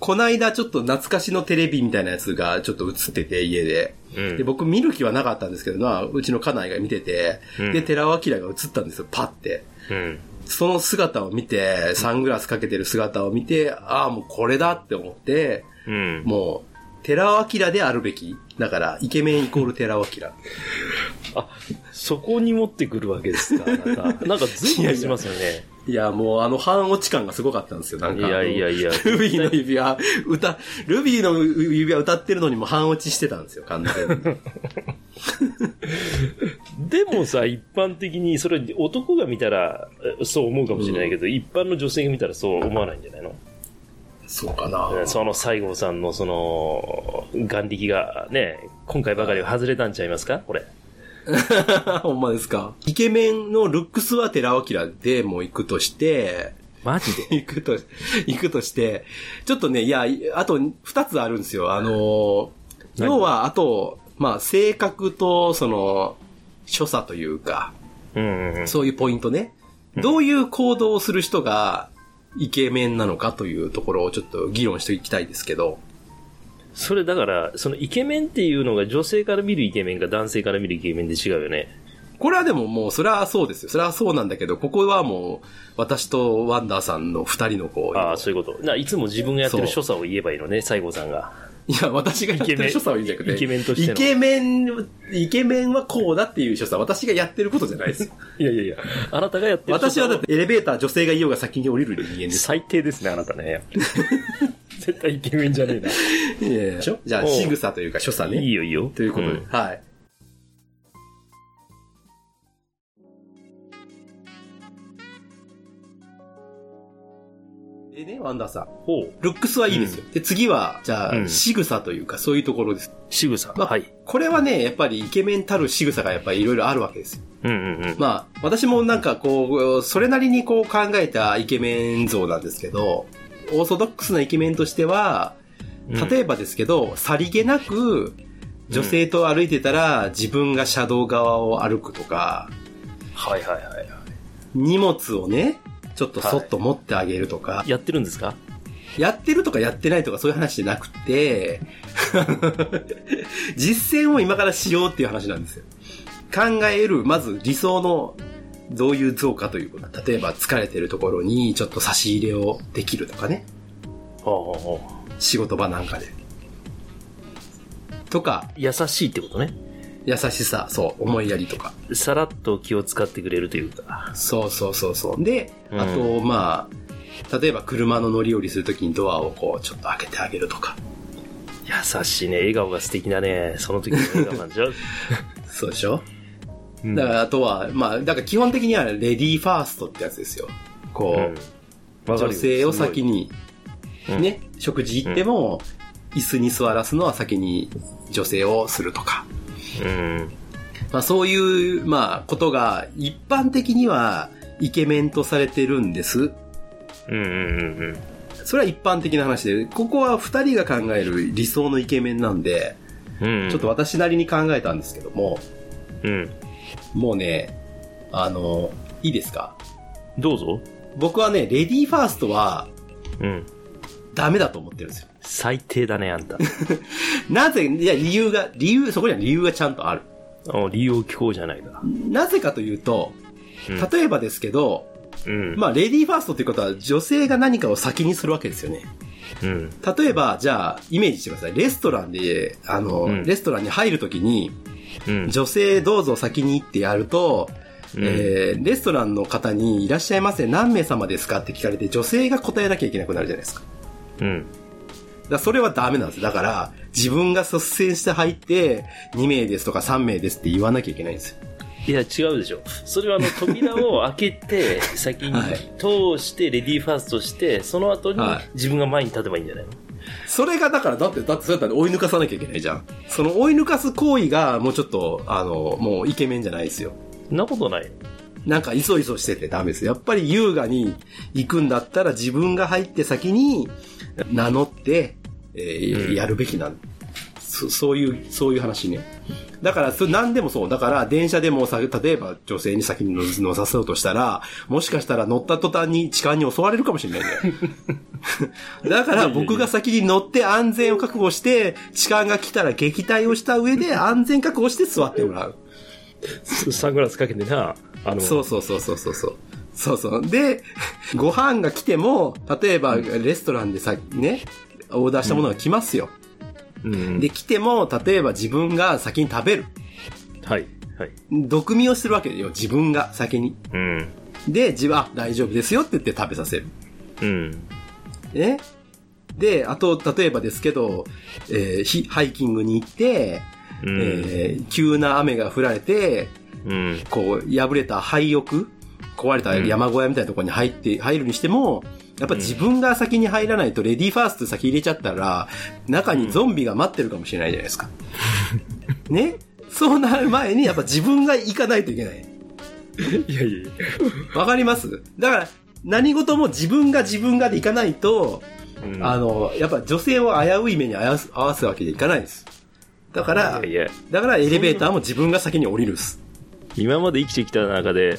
Speaker 3: こないだちょっと懐かしのテレビみたいなやつがちょっと映ってて、家で。
Speaker 2: うん
Speaker 3: で、僕見る気はなかったんですけど、まあ、うちの家内が見てて、
Speaker 2: うん
Speaker 3: で、寺尾明が映ったんですよ、パって。
Speaker 2: うん。
Speaker 3: その姿を見て、サングラスかけてる姿を見て、ああ、もうこれだって思って、
Speaker 2: うん。
Speaker 3: もう、寺尾明であるべき。だから、イケメンイコール寺尾明。
Speaker 2: あ、そこに持ってくるわけですか、あなた。 なんか、ずいぶんしますよね。
Speaker 3: いや、もうあの半落ち感がすごかったんですよ、なんか。
Speaker 2: いやいやいや
Speaker 3: あのルビーの指輪、歌、ルビーの指輪歌ってるのにも半落ちしてたんですよ、完全 に。
Speaker 2: でもさ、一般的に、それ、男が見たら、えそう思うかもしれないけど、一般の女性が見たらそう思わないんじゃないの
Speaker 3: そうかな。
Speaker 2: その西郷さんの、その、眼力が、ね、今回ばかりは外れたんちゃいますかこれ。
Speaker 3: ほんまですか。イケメンのルックスは寺尾明でもう行くとして、
Speaker 2: マジで
Speaker 3: 行くと、 行くとして、ちょっとね、いや、あと二つあるんですよ。あの、
Speaker 2: 何
Speaker 3: 要は、あと、まあ、性格と、その、所作というか、
Speaker 2: うんうん。
Speaker 3: そういうポイントね。どういう行動をする人が、イケメンなのかというところをちょっと議論していきたいですけど。
Speaker 2: それだから、そのイケメンっていうのが女性から見るイケメンか男性から見るイケメンで違うよね。
Speaker 3: これはでももう、それはそうですよ。それはそうなんだけど、ここはもう、私とワンダーさんの二人のこう、
Speaker 2: ああ、そういうこと。ないつも自分がやってる
Speaker 3: そ
Speaker 2: 所
Speaker 3: う
Speaker 2: 作を言えばいいのね、西郷さんが。
Speaker 3: いや、私がやってる所作を言うんじゃなくて。
Speaker 2: イケメンイケメンとしての
Speaker 3: イケメン、イケメンはこうだっていう所作。私がやってることじゃないです。
Speaker 2: いやいやいや、あなたがやってる
Speaker 3: 私はだってエレベーター女性がいようが先に降りる人間 です。
Speaker 2: 最低ですね、あなたね。 絶対イケメンじゃねえな。
Speaker 3: いやいやでしょじゃあ、
Speaker 2: おう
Speaker 3: 仕草というか所作
Speaker 2: いい
Speaker 3: ね。
Speaker 2: よいいよ。
Speaker 3: ということで。
Speaker 2: ん
Speaker 3: はい。でね、ワンダーさん。
Speaker 2: ほう。
Speaker 3: ルックスはいいですよ。で、次は、じゃあ、
Speaker 2: うん
Speaker 3: 仕草というか、そういうところです。
Speaker 2: 仕草。
Speaker 3: まあ、
Speaker 2: はい。
Speaker 3: これはね、やっぱりイケメンたる仕草がやっぱりいろいろあるわけですよ。
Speaker 2: うんうんうん。
Speaker 3: まあ、私もなんかこう、それなりにこう考えたイケメン像なんですけど、オーソドックスなイケメンとしては、
Speaker 2: うん
Speaker 3: 例えばですけど、さりげなく、女性と歩いてたら、自分が車道側を歩くとか、
Speaker 2: はいはいは
Speaker 3: 荷物をね、ちょっとそっと持ってあげるとか、
Speaker 2: い。やってるんですか
Speaker 3: やってるとかやってないとかそういう話じゃなく て、実践を今からしようっていう話なんですよ。考える、まず理想のどういう像かということ。例えば疲れてるところにちょっと差し入れをできるとかね。
Speaker 2: ほうほうほう
Speaker 3: 仕事場なんかで。とか、
Speaker 2: 優しいってことね。
Speaker 3: 優しさ、そう、思いやりとか。
Speaker 2: さらっと気を使ってくれるというか。
Speaker 3: そうそうそうそう。で、
Speaker 2: うん
Speaker 3: あと、まあ、例えば車の乗り降りするときにドアをこう、ちょっと開けてあげるとか。
Speaker 2: 優しいね。笑顔が素敵だね。その時の笑顔なんじゃう。
Speaker 3: そうでしょ
Speaker 2: うん
Speaker 3: だから、あとは、まあ、だから基本的にはレディーファーストってやつですよ。こう、
Speaker 2: うんわかるよ
Speaker 3: 女性を先に、
Speaker 2: すごい
Speaker 3: ね、食事行っても、椅子に座らすのは先に女性をするとか。
Speaker 2: すごいうん。
Speaker 3: まあ、そういう、まあ、ことが、一般的には、イケメンとされてるんです。
Speaker 2: うんうんうんうん。
Speaker 3: それは一般的な話で、ここは二人が考える理想のイケメンなんで、
Speaker 2: うんうん。
Speaker 3: ちょっと私なりに考えたんですけども、
Speaker 2: うん。
Speaker 3: もうね、あの、いいですか
Speaker 2: どうぞ。
Speaker 3: 僕はね、レディーファーストは、
Speaker 2: うん。
Speaker 3: ダメだと思ってるんですよ。
Speaker 2: 最低だね、あん た。
Speaker 3: なぜ、いや、理由が、理由、そこには理由がちゃんとある。
Speaker 2: お理由を聞こうじゃないか。
Speaker 3: なぜかというと、
Speaker 2: うん
Speaker 3: 例えばですけど、
Speaker 2: うん。
Speaker 3: まあ、レディーファーストということは、女性が何かを先にするわけですよね。
Speaker 2: うん。
Speaker 3: 例えば、じゃあ、イメージしてください。レストランで、あの、
Speaker 2: うん
Speaker 3: レストランに入るときに、
Speaker 2: うん。
Speaker 3: 女性どうぞ先に行ってやると、
Speaker 2: うん
Speaker 3: えーレストランの方にいらっしゃいませ、何名様ですかって聞かれて、女性が答えなきゃいけなくなるじゃないですか。
Speaker 2: うん。
Speaker 3: だからそれはダメなんですよ。だから、自分が率先して入って、2名ですとか3名ですって言わなきゃいけないんですよ。
Speaker 2: いや、違うでしょ。それはあ の、扉を開けて、先に
Speaker 3: はい
Speaker 2: 通して、レディーファーストして、その後に
Speaker 3: はい
Speaker 2: 自分が前に立てばいいんじゃないの
Speaker 3: それがだから、だって、だってそうやったら追い抜かさなきゃいけないじゃん。その追い抜かす行為が、もうちょっと、あの、もうイケメンじゃないですよ。
Speaker 2: そんなことないよ。
Speaker 3: なんか、いそいそしててダメですよ。やっぱり優雅に行くんだったら、自分が入って先に名乗って、えー
Speaker 2: うん
Speaker 3: やるべきなんそそういう、そういう話ね。だから、それ何でもそう。だから、電車でもさ、例えば女性に先に乗乗させようとしたら、もしかしたら乗った途端に痴漢に襲われるかもしれ ないね。だから僕が先に乗って安全を確保して、痴漢が来たら撃退をした上で安全確保して座ってもらう。
Speaker 2: サングラスかけてな、あの、
Speaker 3: そうそうそうそうそうそう。そうそう。で、 ご飯が来ても、例えばレストランでさ、ね、オーダーしたものが来ますよ。
Speaker 2: うん。
Speaker 3: で、来ても、例えば自分が先に食べる。
Speaker 2: はい。はい。
Speaker 3: 毒味をするわけよ、自分が先に。
Speaker 2: うん。
Speaker 3: で、自分は大丈夫ですよって言って食べさせる。
Speaker 2: うん。
Speaker 3: ねで、あと、例えばですけど、えーひハイキングに行って、
Speaker 2: うん
Speaker 3: えー急な雨が降られて、
Speaker 2: うん。
Speaker 3: こう、破れた廃屋、壊れた山小屋みたいなところに入って、入るにしても、やっぱ自分が先に入らないと、レディーファースト先入れちゃったら、中にゾンビが待ってるかもしれないじゃないですか。 ねそうなる前に、やっぱ自分が行かないといけない。
Speaker 2: いやいやいや。
Speaker 3: わかりますだから、何事も自分が自分がで行かないと、
Speaker 2: うん
Speaker 3: あの、やっぱ女性を危うい目に合わす合わすわけにいかないです。だから、
Speaker 2: いやいや
Speaker 3: だからエレベーターも自分が先に降りるっす。
Speaker 2: 今まで生きてきた中で、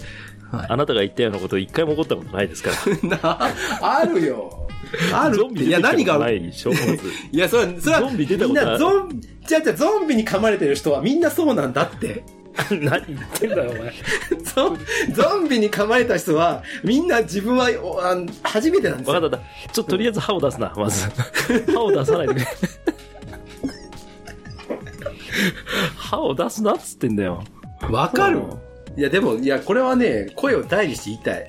Speaker 3: はい
Speaker 2: あなたが言ったようなこと一回も起こったことないですから。
Speaker 3: なあるよ。ある
Speaker 2: ゾ
Speaker 3: っ
Speaker 2: ン
Speaker 3: て。
Speaker 2: ビ
Speaker 3: いや、
Speaker 2: 出てき
Speaker 3: 何
Speaker 2: たこと
Speaker 3: が
Speaker 2: な
Speaker 3: ある
Speaker 2: いでしょ、まず。
Speaker 3: いや、それは、それは、
Speaker 2: ゾンビ出たこ
Speaker 3: み
Speaker 2: と
Speaker 3: ん
Speaker 2: ない
Speaker 3: なゾン、じゃあじゃあゾンビに噛まれてる人はみんなそうなんだって。
Speaker 2: 何言ってんだよ、お前。
Speaker 3: ゾン、ゾンビに噛まれた人は、みんな自分は、おあの初めてなんです
Speaker 2: わ
Speaker 3: よ。
Speaker 2: かったわかった。ちょっととりあえず歯を出すな、まず。歯を出さないでね。歯を出すなっつってんだよ。
Speaker 3: わかるもんいや、でも、いや、これはね、声を大にして言いたい。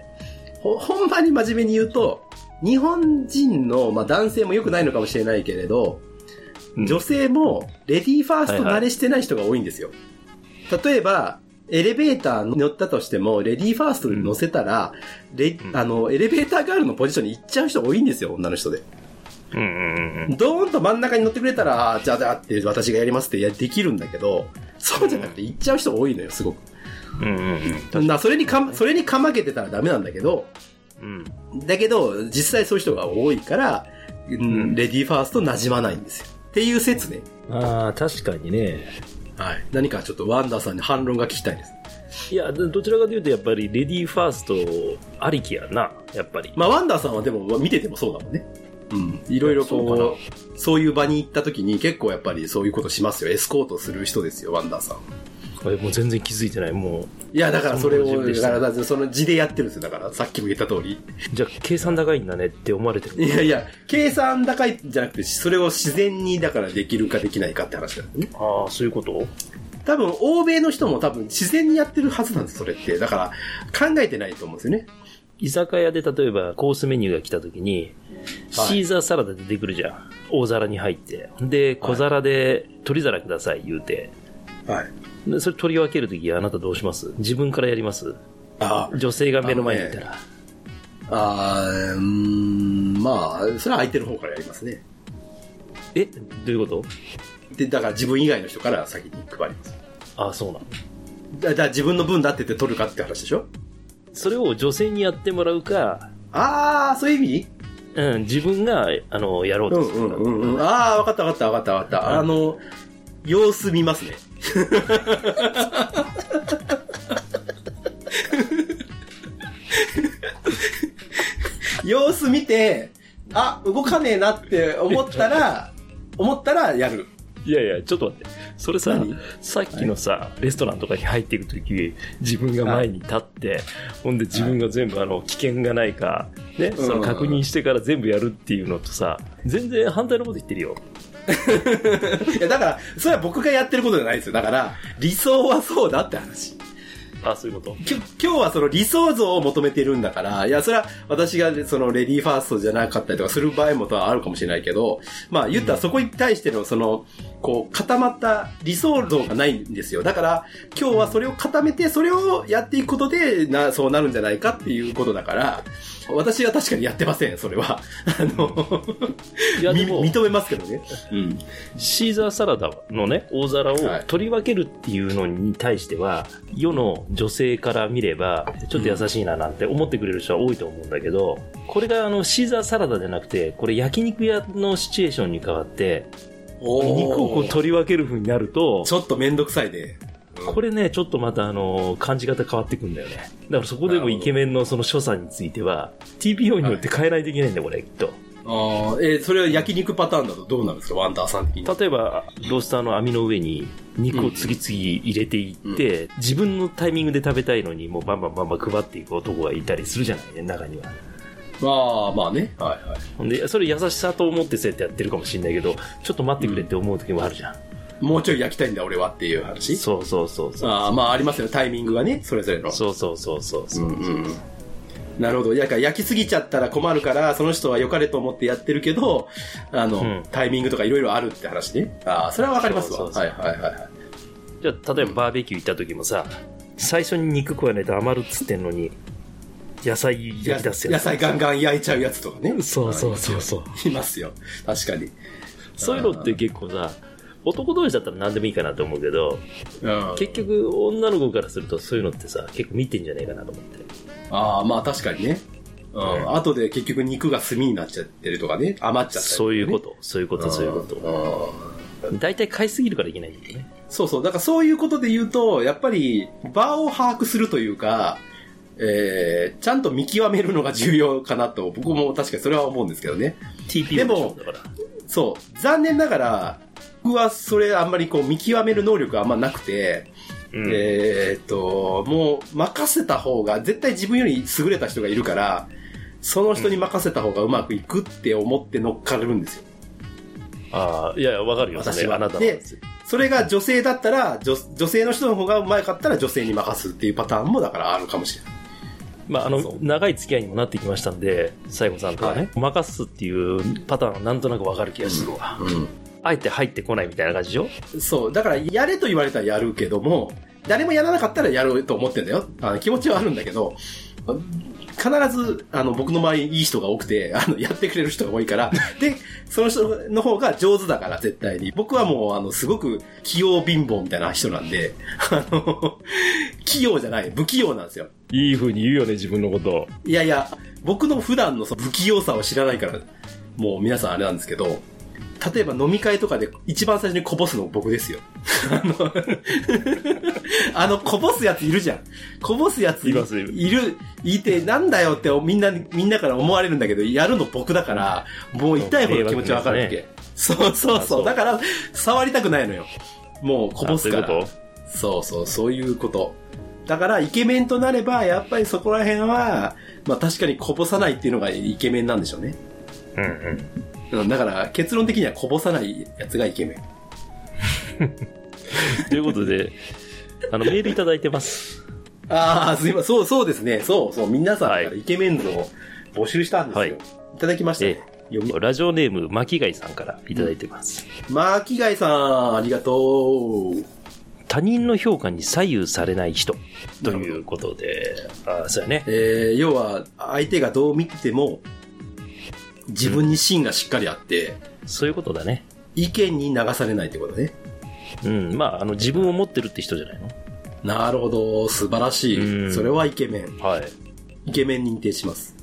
Speaker 3: ほ、ほんまに真面目に言うと、日本人の、まあ男性も良くないのかもしれないけれど、
Speaker 2: うん
Speaker 3: 女性もレディーファースト
Speaker 2: はいはい
Speaker 3: 慣れしてない人が多いんですよ。例えば、エレベーターに乗ったとしても、レディーファーストに乗せたら、レ
Speaker 2: ん
Speaker 3: あの、エレベーターガールのポジションに行っちゃう人が多いんですよ、女の人で。
Speaker 2: うんうんうん。
Speaker 3: ドーンと真ん中に乗ってくれたら、あーじゃあ、じゃあって私がやりますっていやできるんだけど、そうじゃなくて行っちゃう人多いのよ、すごく。
Speaker 2: うんうんうん。
Speaker 3: なそれにかま、それにかまけてたらダメなんだけど、
Speaker 2: うん。
Speaker 3: だけど、実際そういう人が多いから、うん
Speaker 2: うん
Speaker 3: レディーファースト馴染まないんですよ。っていう説ね。
Speaker 2: ああ、確かにね。
Speaker 3: はい。何かちょっとワンダーさんに反論が聞きたいです。
Speaker 2: いや、どどちらかというとやっぱりレディーファーストありきやな、やっぱり。
Speaker 3: まあ、ワンダーさんはでも見ててもそうだもんね。うん。いろいろ
Speaker 2: そうか
Speaker 3: こう、そういう場に行った時に結構やっぱりそういうことしますよ。エスコートする人ですよ、ワンダーさん。
Speaker 2: あれもう全然気づいてない。もう、
Speaker 3: いや、だからそれ
Speaker 2: そんな
Speaker 3: を、
Speaker 2: 感じで
Speaker 3: だ
Speaker 2: した
Speaker 3: から、だからその字でやってるんですよ。だから、さっきも言った通り。
Speaker 2: じゃあ計算高いんだねって思われてる。
Speaker 3: いやいや、計算高いじゃなくて、それを自然に、だからできるかできないかって話だよね。
Speaker 2: ああ、そういうこと
Speaker 3: 多分、欧米の人も多分、自然にやってるはずなんです、それって。だから、考えてないと思うんですよね。
Speaker 2: 居酒屋で例えばコースメニューが来た時に、
Speaker 3: はい
Speaker 2: シーザーサラダ出てくるじゃん。大皿に入って。で、小皿で取り皿ください言うて。
Speaker 3: はい。
Speaker 2: でそれ取り分けるときあなたどうします自分からやります
Speaker 3: あ
Speaker 2: 女性が目の前にいたら。
Speaker 3: あ、あーうーん、まあ、それは相手の方からやりますね。
Speaker 2: えどういうこと
Speaker 3: で、だから自分以外の人から先に配ります。
Speaker 2: ああ、そうなの。
Speaker 3: だだから自分の分だってって取るかって話でしょ
Speaker 2: それを女性にやってもらうか、
Speaker 3: ああ、そういう意味
Speaker 2: うん、自分が、あの、やろう
Speaker 3: う
Speaker 2: と
Speaker 3: ん
Speaker 2: する。
Speaker 3: うんうんうん。ああ、わかったわかったわかったわかった。あの、様子見ますね。様子見て、あ、動かねえなって思ったら、思ったらやる。
Speaker 2: いやいや、ちょっと待って。それさ
Speaker 3: 何、
Speaker 2: さっきのさ、レストランとかに入っていくとき、自分が前に立って、ほんで自分が全部、あの、危険がないか、ね、
Speaker 3: うん
Speaker 2: その確認してから全部やるっていうのとさ、全然反対のこと言ってるよ。
Speaker 3: いや、だから、それは僕がやってることじゃないですよ。だから、理想はそうだって話。
Speaker 2: あ、そういうこと。
Speaker 3: きょ今日はその理想像を求めてるんだから、いや、それは私がそのレディーファーストじゃなかったりとかする場合もとはあるかもしれないけど、まあ言ったらそこに対してのその、こう固まった理想像がないんですよ。だから今日はそれを固めて、それをやっていくことで、な、そうなるんじゃないかっていうことだから、私は確かにやってません、それは。あの、
Speaker 2: いや、で
Speaker 3: み
Speaker 2: も、
Speaker 3: 認めますけどね。うん。
Speaker 2: シーザーサラダのね、大皿を
Speaker 3: はい
Speaker 2: 取り分けるっていうのに対しては、世の女性から見れば、ちょっと優しいななんて思ってくれる人は多いと思うんだけど、これがあの、シーザーサラダじゃなくて、これ焼肉屋のシチュエーションに変わって、肉をこう取り分ける風になると
Speaker 3: ち、ょっとめんどくさいね。
Speaker 2: これね、ちょっとまたあの、感じ方変わってくんだよね。だからそこでもイケメンのその所作については、TPO によって変えないといけないんだよ、これ、きっと。
Speaker 3: ああ、えーそれは焼肉パターンだとどうなるんですかワンダーさん的に。
Speaker 2: 例えばロースターの網の上に肉を次々入れていって、自分のタイミングで食べたいのにもうバンバンバンバン配っていく男がいたりするじゃないね中には
Speaker 3: まあ、まあね。はいはい。
Speaker 2: ほんでそれ優しさと思ってそうやってやってるかもしれないけどちょっと待ってくれって思う時もあるじゃん、
Speaker 3: もうちょい焼きたいんだ俺はっていう話
Speaker 2: そうそうそうそう
Speaker 3: ああまあありますよタイミングがねそれぞれの
Speaker 2: そうそうそうそうそう、
Speaker 3: うんうんなるほど。いやだから焼きすぎちゃったら困るから、その人は良かれと思ってやってるけど、あの、
Speaker 2: うん
Speaker 3: タイミングとかいろいろあるって話ね。ああ、それはわかりますわ。
Speaker 2: そうそう
Speaker 3: は
Speaker 2: そ
Speaker 3: いはいはいはい。
Speaker 2: じゃあ例えばバーベキュー行った時もさ最初に肉食わないと余るっつってんのに野菜焼き出す
Speaker 3: 野
Speaker 2: やつ
Speaker 3: 菜ガンガン焼いちゃうやつとかね。
Speaker 2: そうそうそうそう
Speaker 3: いますよ。確かに。
Speaker 2: そういうのって結構さ男同士だったら何でもいいかなと思うけど
Speaker 3: うん。
Speaker 2: 結局女の子からするとそういうのってさ結構見てんじゃないかなと思って
Speaker 3: ああ、まあ確かにね。うん。後で結局肉が炭になっちゃってるとかね。余っちゃったりとかね、
Speaker 2: そういうことそういうこ
Speaker 3: う
Speaker 2: と
Speaker 3: ん。
Speaker 2: そういうこと
Speaker 3: うん
Speaker 2: 大体買いすぎるからいけないんだよね
Speaker 3: そうそう。だからそういうことで言うと、やっぱり場を把握するというか、えー、ちゃんと見極めるのが重要かなと、僕も確かにそれは思うんですけどね。
Speaker 2: TP
Speaker 3: でも
Speaker 2: の勝負だから
Speaker 3: そう。残念ながら、僕はそれあんまりこう見極める能力があんまなくて、
Speaker 2: うん
Speaker 3: えーっと、もう任せた方が、絶対自分より優れた人がいるから、その人に任せた方がうまくいくって思って乗っかれるんですよ。
Speaker 2: ああいやいやわかるよ
Speaker 3: 私
Speaker 2: 私
Speaker 3: は
Speaker 2: あなたの
Speaker 3: でそれが女性だったら、女女性の人の方がうまかったら女性に任すっていうパターンもだからあるかもしれない。
Speaker 2: まあ、あの、長い付き合いにもなってきましたんで、西郷さんとはね、任すっていうパターンはなんとなくわかる気がするわ。あえて入ってこないみたいな感じでしょ
Speaker 3: そう。だから、やれと言われたらやるけども、誰もやらなかったらやると思ってんだよ。あの気持ちはあるんだけど、必ず、あの、僕の周りにいい人が多くて、あの、やってくれる人が多いから、で、その人の方が上手だから、絶対に。僕はもう、あの、すごく器用貧乏みたいな人なんで、あの、器用じゃない、不器用なんですよ。
Speaker 2: いい風に言うよね、自分のこと。
Speaker 3: いやいや、僕の普段のその不器用さを知らないから、もう皆さんあれなんですけど、例えば飲み会とかで一番最初にこぼすの僕ですよ。 あの、あのこぼすやついるじゃん。こぼすやつ
Speaker 2: いますいる
Speaker 3: いる、いて、なんだよってみんな、みんなから思われるんだけど、やるの僕だから、もう痛いほど気持ちわかるわけ。そうそう
Speaker 2: あ
Speaker 3: そ。
Speaker 2: そうう
Speaker 3: だから、触りたくないのよ。もうこぼすか
Speaker 2: あ
Speaker 3: ら。
Speaker 2: そういうこ
Speaker 3: そうそう、そういうこと。だから、イケメンとなれば、やっぱりそこら辺は、まあ確かにこぼさないっていうのがイケメンなんでしょうね。
Speaker 2: とうんうん。
Speaker 3: うん、だから、結論的にはこぼさないやつがイケメン。
Speaker 2: ということで、あの、メールいただいてます。
Speaker 3: ああ、すいません。そう、そうですね。そう、そう。皆さんか
Speaker 2: は
Speaker 3: ら
Speaker 2: い
Speaker 3: イケメン像を募集したんですよ。、
Speaker 2: はいい
Speaker 3: ただきましたね
Speaker 2: え。
Speaker 3: 読み、
Speaker 2: ラジオネーム、巻貝さんからいただいてます。
Speaker 3: マーキガイさん、ありがとう。
Speaker 2: 他人の評価に左右されない人ということで、あそうやね。
Speaker 3: えー、要は、相手がどう見ても、自分に芯がしっかりあって、
Speaker 2: そういうことだね。
Speaker 3: 意見に流されないってことね。
Speaker 2: うん。まあ、あの、自分を持ってるって人じゃないの
Speaker 3: なるほど、素晴らし
Speaker 2: う
Speaker 3: い。
Speaker 2: ん
Speaker 3: それはイケメン。
Speaker 2: はい。
Speaker 3: イケメン認定します。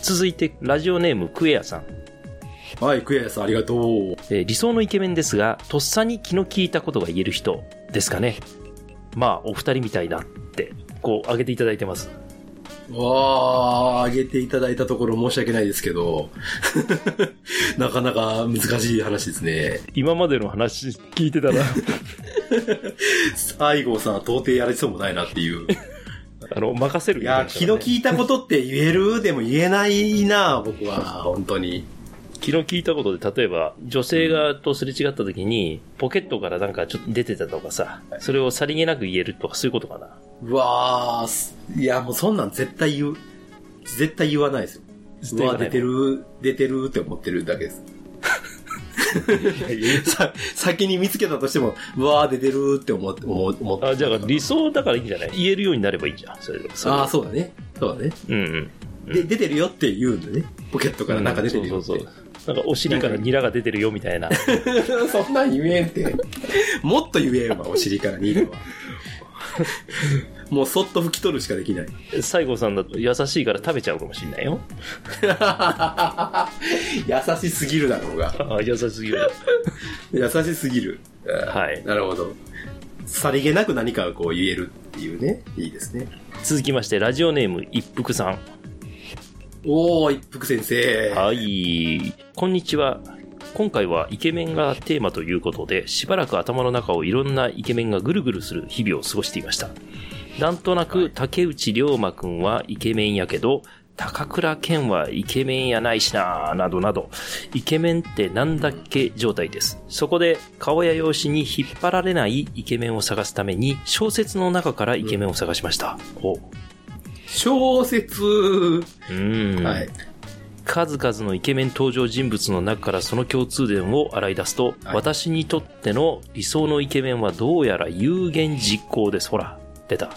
Speaker 2: 続いて、ラジオネーム、クエアさん。
Speaker 3: はい、クエアさんありがとう。
Speaker 2: えー理想のイケメンですが、とっさに気の利いたことが言える人ですかね。まあ、お二人みたいなって、こう、挙げていただいてます。
Speaker 3: わー、あげていただいたところ申し訳ないですけど、 なかなか難しい話ですね。
Speaker 2: 今までの話聞いてたら、
Speaker 3: 西郷さんは到底やれそうもないなっていう。
Speaker 2: あの、任せる
Speaker 3: いや、気の
Speaker 2: い
Speaker 3: 利いたことって言えるでも言えないな僕は、本当に。
Speaker 2: 気の利いたことで、例えば、女性がとすれ違った時に、ポケットからなんかちょっと出てたとかさ、それをさりげなく言えるとか、そういうことかな。
Speaker 3: うわー、いや、もうそんなん絶対言う。絶対言わないですよ。
Speaker 2: 絶
Speaker 3: う
Speaker 2: 対言
Speaker 3: わ
Speaker 2: わない
Speaker 3: 出てる、出てるって思ってるだけです。さ先に見つけたとしても、うわー出てるって思って、思思って。
Speaker 2: あじゃあ、理想だからいいんじゃない言えるようになればいいんじゃん。それでも
Speaker 3: ああ、そうだね。そうだね。
Speaker 2: う。うんうん。
Speaker 3: で、出てるよって言うんだね。ポケットからなんか出てるよ
Speaker 2: うん
Speaker 3: って。
Speaker 2: そうそうそう。なんかお尻からニラが出てるよみたい な。
Speaker 3: そんなん言えんって。もっと言えんわ、お尻からニーは。もうそっと拭き取るしかできない。
Speaker 2: 西郷さんだと優しいから食べちゃうかもしれないよ。
Speaker 3: 優しすぎるだろうが。
Speaker 2: ああ、優しすぎる。
Speaker 3: 優しすぎる。
Speaker 2: はい
Speaker 3: なるほど。さりげなく何かをこう言えるっていうね。いいですね。
Speaker 2: 続きまして、ラジオネーム、一服さん。
Speaker 3: おー、一服先生。
Speaker 2: はい。こんにちは。今回はイケメンがテーマということで、しばらく頭の中をいろんなイケメンがぐるぐるする日々を過ごしていました。なんとなく竹内涼真くんはイケメンやけど、高倉健はイケメンやないしななどなど、イケメンってなんだっけ状態です。そこで顔や容姿に引っ張られないイケメンを探すために、小説の中からイケメンを探しました。おう
Speaker 3: 小説。
Speaker 2: ーん。
Speaker 3: はい。
Speaker 2: 数々のイケメン登場人物の中からその共通点を洗い出すと、
Speaker 3: はい
Speaker 2: 私にとっての理想のイケメンはどうやら有言実行です。ほら、出た。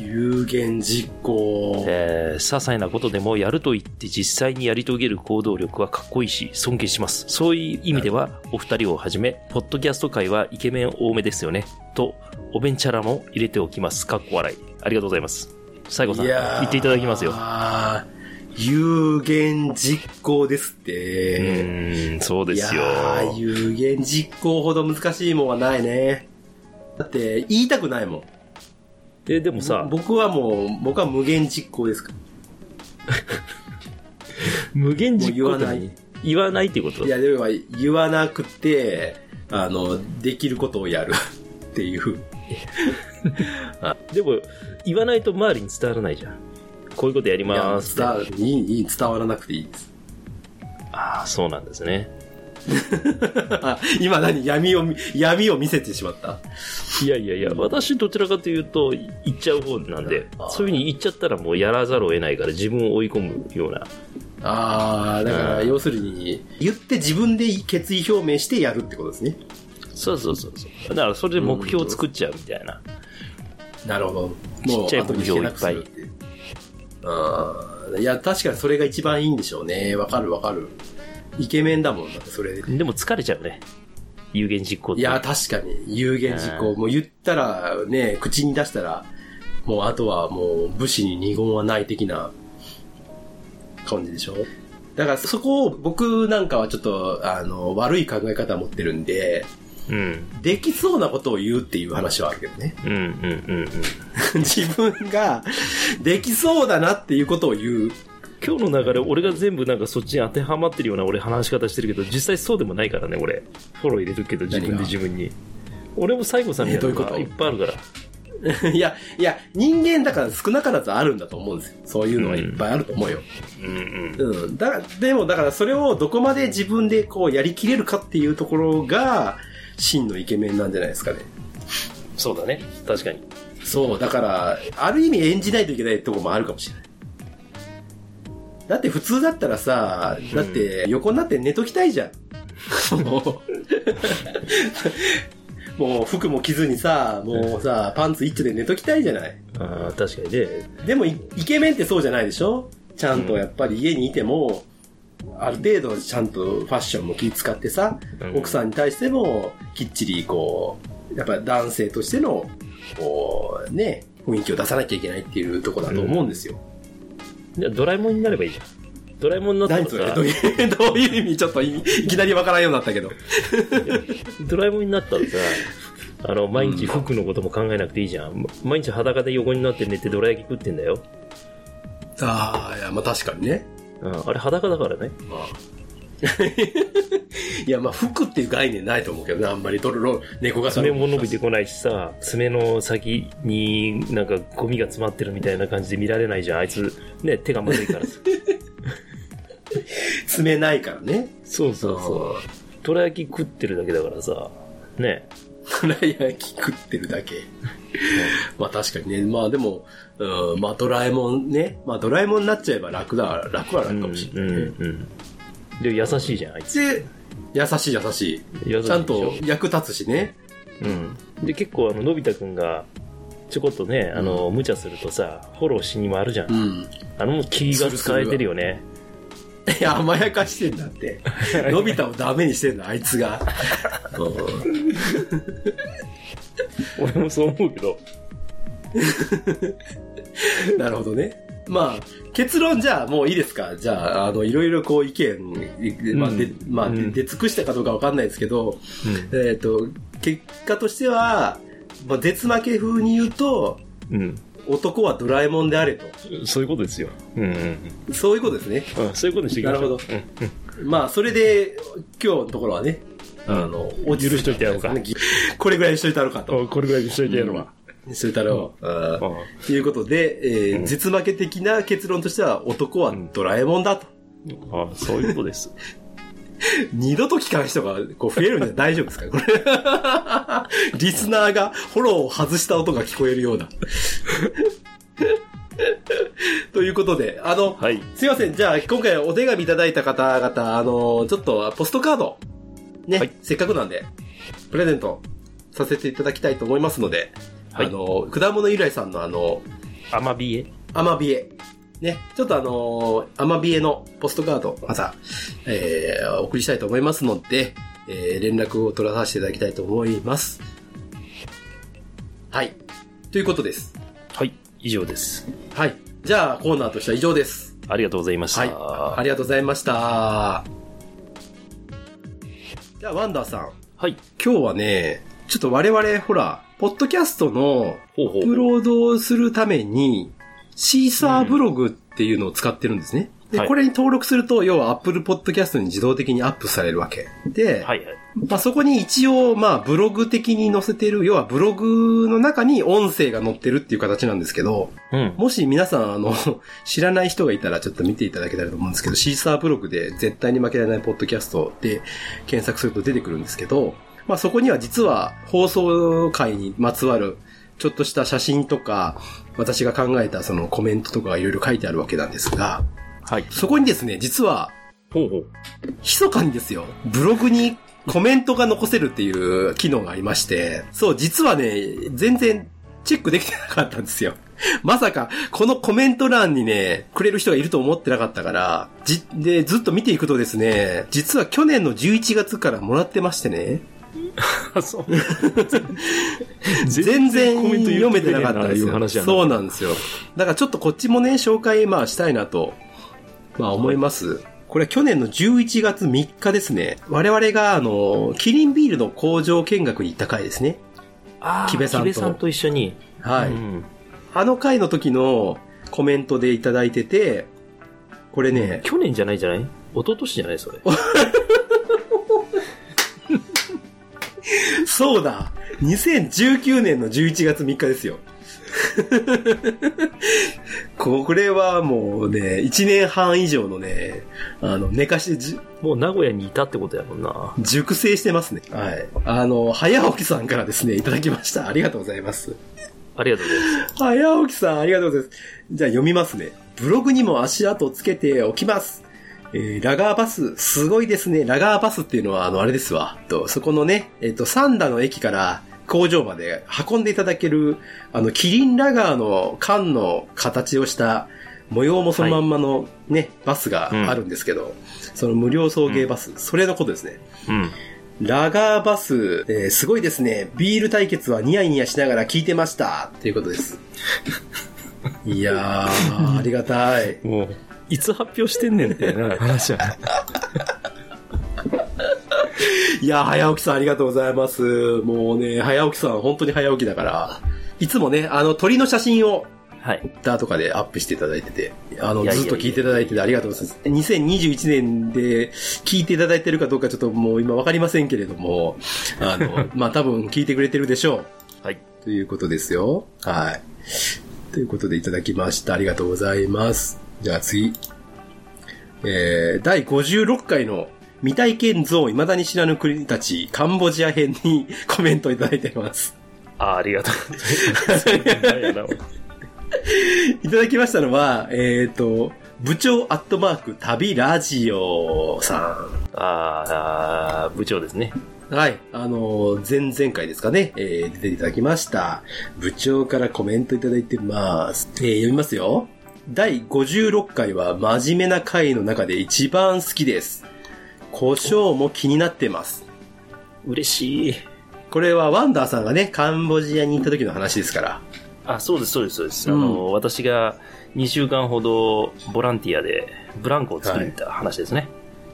Speaker 3: 有言実行。
Speaker 2: えー、些細なことでもやると言って実際にやり遂げる行動力はかっこいいし、尊敬します。そういう意味では、お二人をはじめ、ポッドキャスト界はイケメン多めですよね。と、おべんちゃらも入れておきます。かっこ笑い。ありがとうございます。最後さん、
Speaker 3: いやー
Speaker 2: 言っていただきますよ。
Speaker 3: あー有言実行ですって。
Speaker 2: うーん、そうですよ。
Speaker 3: いやー有言実行ほど難しいもんはないね。だって、言いたくないもん。
Speaker 2: え、でもさ、
Speaker 3: 僕はもう、僕は無言実行ですから。
Speaker 2: 無限
Speaker 3: もう
Speaker 2: 実
Speaker 3: 言
Speaker 2: 行
Speaker 3: わ
Speaker 2: って
Speaker 3: な
Speaker 2: 何
Speaker 3: い。
Speaker 2: 言わないってこと
Speaker 3: いや、でも言わなくて、あの、できることをやるっていう。
Speaker 2: でも言わないと周りに伝わらないじゃんこういうことやり
Speaker 3: いや
Speaker 2: ます
Speaker 3: 伝わいいいい伝わらなくていいです。
Speaker 2: ああそうなんですね
Speaker 3: あ今何闇を見、闇を見せてしまった。
Speaker 2: いやいやいや、私どちらかというと、行っちゃう方なんで
Speaker 3: あ、ー
Speaker 2: そういうふうに行っちゃったらもうやらざるを得ないから自分を追い込むような。
Speaker 3: ああ、だから、
Speaker 2: うん
Speaker 3: 要するに、言って自分で決意表明してやるってことですね。
Speaker 2: そうそうそうそう。だからそれで目標を作っちゃうみたいな。
Speaker 3: なるほど。
Speaker 2: ちっちゃい目標をいっぱい
Speaker 3: 後に引けなくするっていう。ああ、いや、確かにそれが一番いいんでしょうね。わかるわかる。イケメンだもんだって、それで。
Speaker 2: でも疲れちゃうね。有言実行っ
Speaker 3: い
Speaker 2: て。
Speaker 3: や、確かに、有言実
Speaker 2: う
Speaker 3: 行。もう言ったら、ね、口に出したら、もうあとはもう武士に二言はない的な感じでしょだからそこを僕なんかはちょっと、あの、悪い考え方持ってるんで、
Speaker 2: うん。
Speaker 3: できそうなことを言うっていう話はあるけどね。
Speaker 2: うんうんうんうん。
Speaker 3: 自分が、できそうだなっていうことを言う。
Speaker 2: 今日の流れ、俺が全部なんかそっちに当てはまってるような俺話し方してるけど、実際そうでもないからね、俺。フォロー入れるけど、自
Speaker 3: 何が
Speaker 2: 分で自分に。俺も西郷さんみたいなの
Speaker 3: えど
Speaker 2: が
Speaker 3: う
Speaker 2: い
Speaker 3: いう
Speaker 2: っ
Speaker 3: こ
Speaker 2: ぱいあるから。
Speaker 3: いや、いや、人間だから少なからずあるんだと思うんですよ。そういうのはいっぱいあると思うよ。
Speaker 2: うんうん。
Speaker 3: うん。だから、でもだからそれをどこまで自分でこうやりきれるかっていうところが、真のイケメンなんじゃないですかね。
Speaker 2: そうだね。確かに。
Speaker 3: そう、だから、ある意味演じないといけないところもあるかもしれない。だって普通だったらさ、だって横になって寝ときたいじゃん。もう、 もう服も着ずにさ、もうさ、パンツ一丁で寝ときたいじゃない。
Speaker 2: ああ、確かにね。
Speaker 3: でもイ、イケメンってそうじゃないでしょちゃんとやっぱり家にいても、ある程度ちゃんとファッションも気使ってさ、
Speaker 2: うん
Speaker 3: 奥さんに対してもきっちりこう、やっぱり男性としての、こう、ね、雰囲気を出さなきゃいけないっていうとこだと思うんですよ。
Speaker 2: じゃあドラえもんになればいいじゃん。ドラえもんになった
Speaker 3: 何
Speaker 2: ら
Speaker 3: それ
Speaker 2: さ
Speaker 3: どう、いう、どういう意味ちょっといいきなりわからんようになったけど。
Speaker 2: ドラえもんになったらさ、あの、毎日服のことも考えなくていいじゃん。ま毎日裸で横になって寝てドラ焼き食ってんだよ。
Speaker 3: ああ、いや、まあ確かにね。
Speaker 2: うん、あれ裸だからね。
Speaker 3: まあいや、まあ服っていう概念ないと思うけどね、あんまり。とろろ猫が
Speaker 2: 爪も伸びてこないしさ、爪の先になんかゴミが詰まってるみたいな感じで見られないじゃん。あいつ、ね、手がまずいからさ。
Speaker 3: 爪ないからね。
Speaker 2: そうそうそう。ドラ焼き食ってるだけだからさ、ね。
Speaker 3: どら焼き食ってるだけ。まあ確かにね。まあでも、うん、まあドラえもんね。まあドラえもんになっちゃえば楽だ、楽は楽かもしれない。
Speaker 2: うん、うん。で、優しいじゃん、あいつ。
Speaker 3: で、優しい優し
Speaker 2: 優しいでしょ
Speaker 3: い。ちゃんと役立つしね。
Speaker 2: うん。で、結構、あの、のび太くんが、ちょこっとね、あの、無茶するとさ、フォローしにもあるじゃん。
Speaker 3: うん。
Speaker 2: あの、気が使えてるよね。
Speaker 3: いや、甘やかしてんだ って。のび太をダメにしてんだ、あいつが。うん
Speaker 2: 俺もそう思うけど。
Speaker 3: なるほどね。まあ、結論じゃあもういいですかじゃあ、あの、いろいろこう意見、まあ、で
Speaker 2: うん、
Speaker 3: まあ、で
Speaker 2: うん
Speaker 3: 出尽くしたかどうかわかんないですけど、
Speaker 2: う
Speaker 3: えっ、と、結果としては、まあ、絶負け風に言うと、
Speaker 2: ん。
Speaker 3: 男はドラえもんであれと。
Speaker 2: うん。そういうことですよ。うん、うん。
Speaker 3: そういうことですね。
Speaker 2: うん、そういうことにしていきましょう。
Speaker 3: なるほまあ、それで、今日のところはね、
Speaker 2: うん
Speaker 3: あの、
Speaker 2: 許しといてやろうか。
Speaker 3: これぐらいにしといたろうか
Speaker 2: うん。
Speaker 3: と。
Speaker 2: おこれぐらいにしといてやるわ。
Speaker 3: にしといたろう。うん
Speaker 2: うん
Speaker 3: ということで、えー絶負け的な結論としては、男はドラえもんだと。
Speaker 2: あそういうことです。
Speaker 3: 二度と聞かん人がこう増えるんじゃ大丈夫ですかこ れ。リスナーがフォローを外した音が聞こえるような。 ということで、あの、
Speaker 2: はい。
Speaker 3: すいません。じゃあ、今回お手紙いただいた方々、あの、ちょっとポストカード、ね、
Speaker 2: はい
Speaker 3: せっかくなんで、プレゼントさせていただきたいと思いますので、
Speaker 2: はい
Speaker 3: あの、果物由来さんのあの、
Speaker 2: アマビエ。
Speaker 3: アマビエ。ね、ちょっとあのーアマビエのポストカード、また、えー、お送りしたいと思いますので、えー、連絡を取らさせていただきたいと思います。はい。ということです。
Speaker 2: はい。以上です。
Speaker 3: はい。じゃあ、コーナーとしては以上です。
Speaker 2: ありがとうございました。
Speaker 3: はい。ありがとうございました。じゃあ、ワンダーさん。
Speaker 2: はい。
Speaker 3: 今日はね、ちょっと我々、ほら、ポッドキャストの
Speaker 2: ほう
Speaker 3: アップロードするために、シーサーブログっていうのを使ってるんですね。で、
Speaker 2: はい
Speaker 3: これに登録すると、要は Apple Podcast に自動的にアップされるわけ。で、
Speaker 2: はいはい。
Speaker 3: まあ、そこに一応、まあ、ブログ的に載せてる、要はブログの中に音声が載ってるっていう形なんですけど、
Speaker 2: うん。
Speaker 3: もし皆さん、あの、 知らない人がいたらちょっと見ていただけたらと思うんですけど、シーサーブログで絶対に負けられないポッドキャストで検索すると出てくるんですけど、まあそこには実は放送回にまつわるちょっとした写真とか、私が考えたそのコメントとかがいろいろ書いてあるわけなんですが、
Speaker 2: はい。
Speaker 3: そこにですね、実は、
Speaker 2: ほうほう。
Speaker 3: 密かにですよ、ブログにコメントが残せるっていう機能がありまして、そう、実はね、全然チェックできてなかったんですよ。まさか、このコメント欄にね、くれる人がいると思ってなかったから、じ、で、ずっと見ていくとですね、実は去年の11月からもらってましてね、
Speaker 2: あ、 そう。
Speaker 3: 全然読めてなかったん
Speaker 2: と
Speaker 3: です
Speaker 2: いう
Speaker 3: よ。
Speaker 2: 話やな。
Speaker 3: そうなんですよ。だからちょっとこっちもね、紹介、まあしたいなと、まあ思います。これは去年の11月3日ですね。我々が、あの、キリンビールの工場見学に行った回ですね。
Speaker 2: あー
Speaker 3: 木部さんと
Speaker 2: 木部さんと一緒に。
Speaker 3: はい。
Speaker 2: うん
Speaker 3: あの回の時のコメントでいただいてて、これね、
Speaker 2: 去年じゃないじゃない一昨年じゃないそれ。
Speaker 3: そうだ !2019 年の11月3日ですよ。これはもうね、1年半以上のね、あの、寝かしてじ
Speaker 2: もう名古屋にいたってことやもんな。
Speaker 3: 熟成してますね。はい。あの、早起きさんからですね、いただきました。ありがとうございます。
Speaker 2: ありがとうございます。
Speaker 3: 早起きさん、ありがとうございます。じゃあ読みますね。ブログにも足跡をつけておきます。えー、ラガーバス、すごいですね。ラガーバスっていうのは、あの、あれですわ。と、そこのね、えっ、と、三田の駅から工場まで運んでいただける、あの、キリンラガーの缶の形をした模様もそのまんまのね、バスがあるんですけど、その無料送迎バス、それのことですね。
Speaker 2: うん。
Speaker 3: ラガーバス、えーすごいですね。ビール対決はニヤニヤしながら聞いてました。ということです。いや ー、ありがたい。
Speaker 2: もう、いつ発表してんねんってな話やな。
Speaker 3: いやー、早起きさんありがとうございます。もうね、早起きさん本当に早起きだから。いつもね、あの、鳥の写真を、
Speaker 2: はい。
Speaker 3: ダーとかでアップしていただいてて、あの、
Speaker 2: いやいやいや
Speaker 3: ずっと聞いていただいててありがとうございます。2021年で聞いていただいてるかどうかちょっともう今わかりませんけれども、あ の、まあ、多分聞いてくれてるでしょう。
Speaker 2: はい。
Speaker 3: ということですよ。はい。ということでいただきました。ありがとうございます。じゃあ次。えー、第56回の未体験像未だに知らぬ国たちカンボジア編に コメントいただいてます。
Speaker 2: あーありがとうご ざいます。なんやな。
Speaker 3: いただきましたのは、えっ、と、部長アットマーク旅ラジオさ
Speaker 2: あーあー、部長ですね。
Speaker 3: ん。はい。あのー前々回ですかね、えー出ていただきました。部長からコメントいただいてます。えー読みますよ。第56回は真面目な回の中で一番好きです。胡椒も気になってます。
Speaker 2: 嬉しい。
Speaker 3: これはワンダーさんがね、カンボジアに行った時の話ですから。
Speaker 2: あ、そうです、そうです、そうです。
Speaker 3: うん
Speaker 2: あの、私が2週間ほどボランティアでブランコを作りに行った話ですね。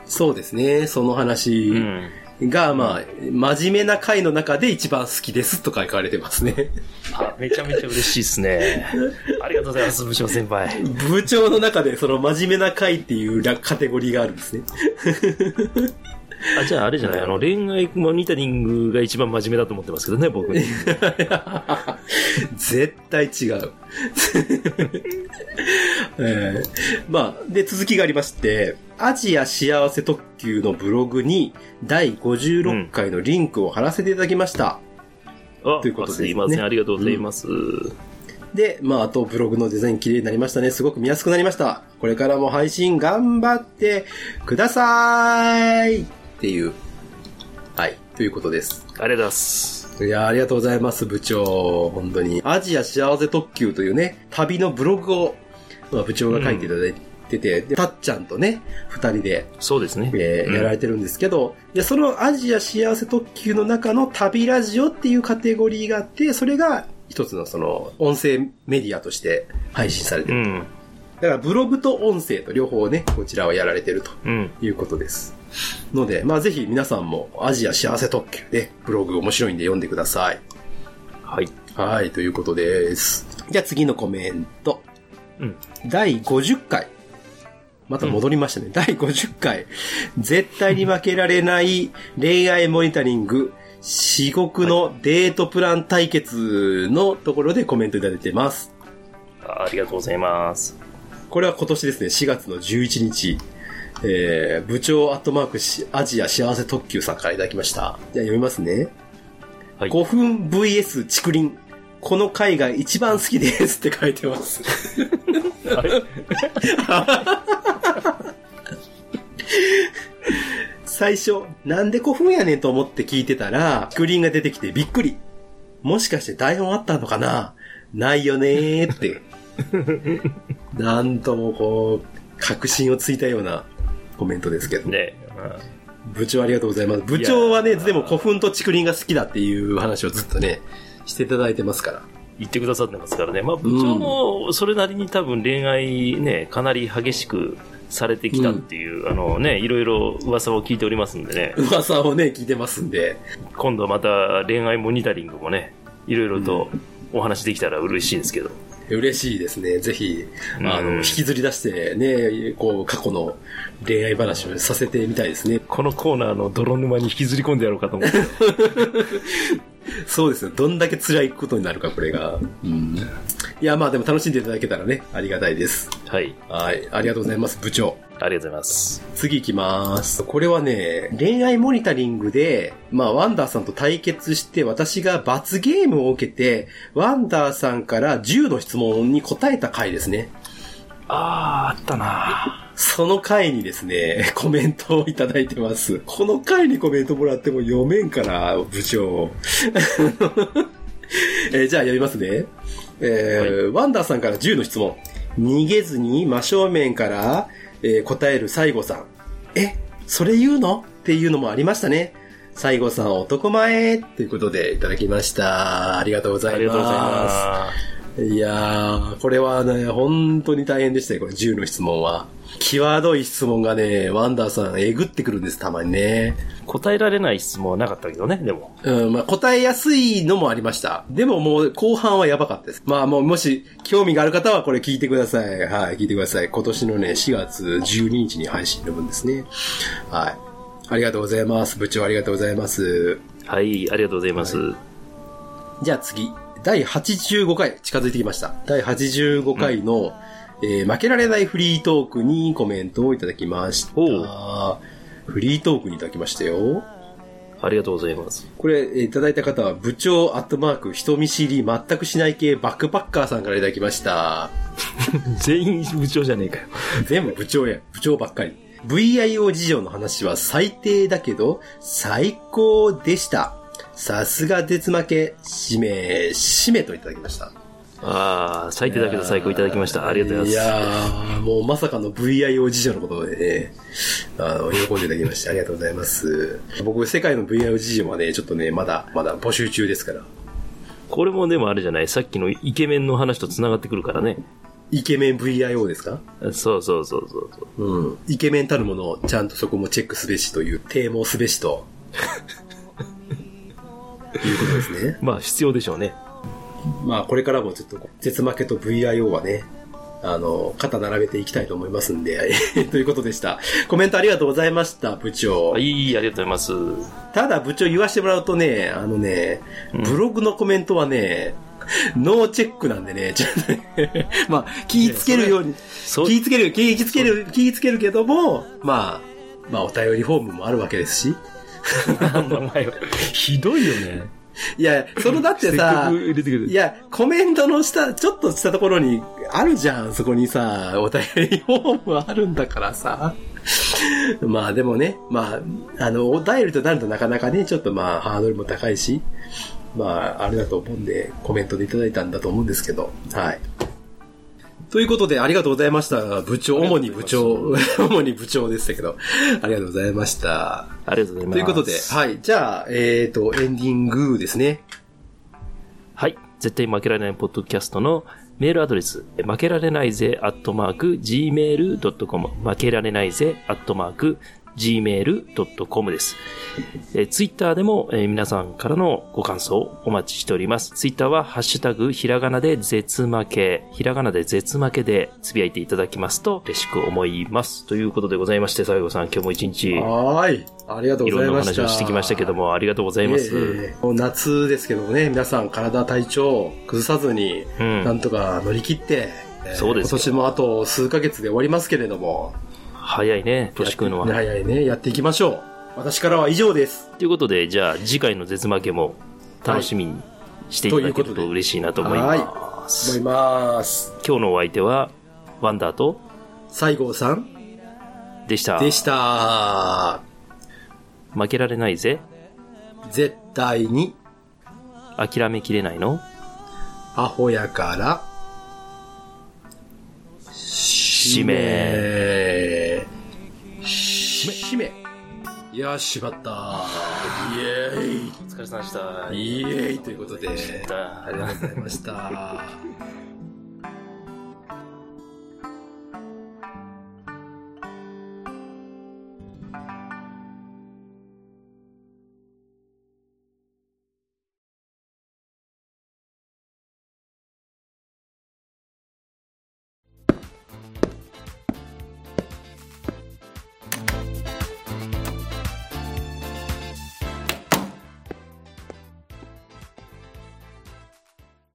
Speaker 3: そうですね、その話
Speaker 2: うん。
Speaker 3: が、まあ、真面目な回の中で一番好きですとか書かれてますね。
Speaker 2: あ、めちゃめちゃ嬉しいです ね。ありがとうございます、部長先輩。
Speaker 3: 部長の中でその真面目な回っていうらカテゴリーがあるんですね。
Speaker 2: あ、じゃああれじゃない、あの、恋愛モニタリングが一番真面目だと思ってますけどね、僕。
Speaker 3: 絶対違う。 えーまあ、で、続きがありまして、アジア幸せ特急のブログに第56回のリンクを貼らせていただきました。
Speaker 2: あ
Speaker 3: ということですね
Speaker 2: いません、ありがとうございます。
Speaker 3: で、まあ、あとブログのデザイン綺麗になりましたね。すごく見やすくなりました。これからも配信頑張ってくださいっていう、はい、ということです。
Speaker 2: ありがとうございます。
Speaker 3: いやーありがとうございます、部長。本当に。アジア幸せ特急というね、旅のブログを、まあ、部長が書いていただいてて、でたっちゃんとね、二人で、
Speaker 2: そうですね。
Speaker 3: えー
Speaker 2: うん
Speaker 3: やられてるんですけど、で、そのアジア幸せ特急の中の旅ラジオっていうカテゴリーがあって、それが一つのその、音声メディアとして配信されて
Speaker 2: う
Speaker 3: る。
Speaker 2: ん。
Speaker 3: だからブログと音声と両方ね、こちらはやられてると
Speaker 2: うん。
Speaker 3: いうことです。ので、まあぜひ皆さんもアジア幸せ特急で、ブログ面白いんで読んでください。
Speaker 2: はい。
Speaker 3: はい、ということです。じゃあ次のコメント。
Speaker 2: うん。
Speaker 3: 第50回。また戻りましたね。第50回。絶対に負けられない恋愛モニタリング、至極のデートプラン対決のところでコメントいただいてます。
Speaker 2: あありがとうござい ます。
Speaker 3: これは今年ですね、4月の11日。えー、部長アットマークしアジア幸せ特急さんからいただきました。じゃあ読みますね。
Speaker 2: はい
Speaker 3: 5分 VS 竹林。この回が一番好きですって書いてます。
Speaker 2: あれ
Speaker 3: 最初、なんで古墳やねんと思って聞いてたら、竹林が出てきてびっくり。もしかして台本あったのかなないよね ーって。なんともこう、確信をついたようなコメントですけど。
Speaker 2: ね、
Speaker 3: 部長ありがとうございます。部長はね、でも古墳と竹林が好きだっていう話をずっとね、していただいてますから。
Speaker 2: 言ってくださってますからね。まあ、部長もそれなりに多分恋愛ね、かなり激しくされてきたっていう、あのね、いろいろ噂を聞いておりますんでね、
Speaker 3: 噂をね、聞いてますんで。
Speaker 2: 今度また恋愛モニタリングもね、いろいろとお話できたら嬉しいんですけど。
Speaker 3: 嬉しいですね。ぜひ、あ
Speaker 2: うん
Speaker 3: の、引きずり出してね、こう、過去の恋愛話をさせてみたいですね。
Speaker 2: このコーナーの泥沼に引きずり込んでやろうかと思 って。
Speaker 3: そうですよ。どんだけ辛いことになるか、これが。うん。いや、まあでも楽しんでいただけたらね、ありがたいです。
Speaker 2: はい。
Speaker 3: はい。ありがとうございます、部長。
Speaker 2: ありがとうございます。
Speaker 3: 次行きます。これはね、恋愛モニタリングで、まあ、ワンダーさんと対決して、私が罰ゲームを受けて、ワンダーさんから10の質問に答えた回ですね。
Speaker 2: ああ、あったな
Speaker 3: その回にですね、 コメントをいただいてます。この回にコメントもらっても読めんから、部長。 えーじゃあ読みますね。えーワンダーさんから10の質問。逃げずに真正面から、えー答える西郷さん。え、それ言うのっていうのもありましたね。西郷さん男前ということでいただきました。ありがとうござい
Speaker 2: あ
Speaker 3: ます。
Speaker 2: りがとうございます。
Speaker 3: いやー、これはね、本当に大変でしたよ、これ、10の質問は。際どい質問がね、ワンダーさん、えぐってくるんです、たまにね。
Speaker 2: 答えられない質問はなかったけどね、でも。
Speaker 3: うん、まあ、答えやすいのもありました。でももう、後半はやばかったです。まあ、もう、もし、興味がある方は、これ聞いてください。はい、聞いてください。今年のね、4月12日に配信の分ですね。はい。ありがとうございます。部長、ありがとうございます。
Speaker 2: はい、ありがとうございます。
Speaker 3: じゃあ次、第85回、近づいてきました。第85回の、えー負けられないフリートークにコメントをいただきました
Speaker 2: お。
Speaker 3: フリートークにいただきましたよ。
Speaker 2: ありがとうございます。
Speaker 3: これ、えーいただいた方は、部長アットマーク、人見知り全くしない系バックパッカーさんからいただきました。
Speaker 2: 全員部長じゃねえかよ。
Speaker 3: 全部部長や、部長ばっかり。VIO 事情の話は最低だけど、最高でした。さすが絶負け、しめ、しめといただきました。
Speaker 2: ああ、最低だけど最高いただきました。ありがとうございます。
Speaker 3: やー、もうまさかの VIO 事情のことでね、あの、喜んでいただきまして、ありがとうございます。僕、世界の VIO 事情はね、ちょっとね、まだ、まだ募集中ですから。
Speaker 2: これもでもあれじゃない、さっきのイケメンの話と繋がってくるからね。
Speaker 3: イケメン VIO ですか
Speaker 2: そうそうそうそうそう。
Speaker 3: うん。イケメンたるものをちゃんとそこもチェックすべしという、啓蒙すべし と、いうことですね。
Speaker 2: まあ必要でしょうね。
Speaker 3: まあ、これからもちょっと、絶負けと VIO はね、あの、肩並べていきたいと思いますんで、という ことでした。コメントありがとうございました、部長。
Speaker 2: はい、ありがとうございます。
Speaker 3: ただ部長言わしてもらうとね、あのね、ブログのコメントはね、ノーチェックなんでね、ちょっとね、 まあ、気ぃつけるように、気
Speaker 2: そう
Speaker 3: ぃつけるよ、気ぃつける、気ぃつけるけども、まあ、まあ、お便りフォームもあるわけですし。
Speaker 2: なん だお前は。ひどいよ ね。
Speaker 3: いや、そのだってさ、
Speaker 2: 入れてく
Speaker 3: い
Speaker 2: る。
Speaker 3: や、コメントの下、ちょっとしたところにあるじゃん、そこにさ、お便りフォームあるんだからさ。 まあでもね、まあ、あの、お便りとなるとなかなかね、ちょっとまあ、ハードルも高いし、まあ、あれだと思うんで、コメントでいただいたんだと思うんですけど、はい。ということで、ありがとうございました。部長、主に部長、 主に部長でしたけど、ありがとうございました。
Speaker 2: ありがとうございます。
Speaker 3: ということで、はい。じゃあ、えっ、ー、と、エンディングですね。
Speaker 2: はい。絶対負けられないポッドキャストのメールアドレス、負けられないぜ、アットマーク、gmail.com、負けられないぜ、アットマーク、 gmail.com です。えー、ツイッターでも、えー皆さんからのご感想お待ちしております。ツイッターは、ハッシュタグ、ひらがなで絶負け、ひらがなで絶負けでつぶやいていただきますと嬉しく思います。ということでございまして、西郷さん、今日も一日、い
Speaker 3: はーい。ありがとう
Speaker 2: ろ
Speaker 3: ござ
Speaker 2: ん
Speaker 3: い
Speaker 2: なお
Speaker 3: ました。
Speaker 2: 話をしてきましたけど
Speaker 3: も。
Speaker 2: も、ありがとうございます。
Speaker 3: ええもう夏ですけどもね、皆さん体体調崩さずに、
Speaker 2: うん
Speaker 3: なんとか乗り切って、ええ
Speaker 2: そうですよ
Speaker 3: 今年もあと数ヶ月で終わりますけれども、
Speaker 2: 早いね、年食うのは。
Speaker 3: 早いね、やっていきましょう。私からは以上です。
Speaker 2: ということで、じゃあ次回の絶負けも楽しみにしていただけると嬉しいなと思います。
Speaker 3: 思います。
Speaker 2: 今日のお相手は、ワンダーと
Speaker 3: 西郷さん
Speaker 2: でした。
Speaker 3: でした。
Speaker 2: 負けられないぜ。
Speaker 3: 絶対に、
Speaker 2: 諦めきれないの
Speaker 3: アホやから、し
Speaker 2: 締め。
Speaker 3: め。しめ。いやー、しまった。イエーイ。
Speaker 2: お疲れ様でした。
Speaker 3: イエーイということで、ありがとうございました。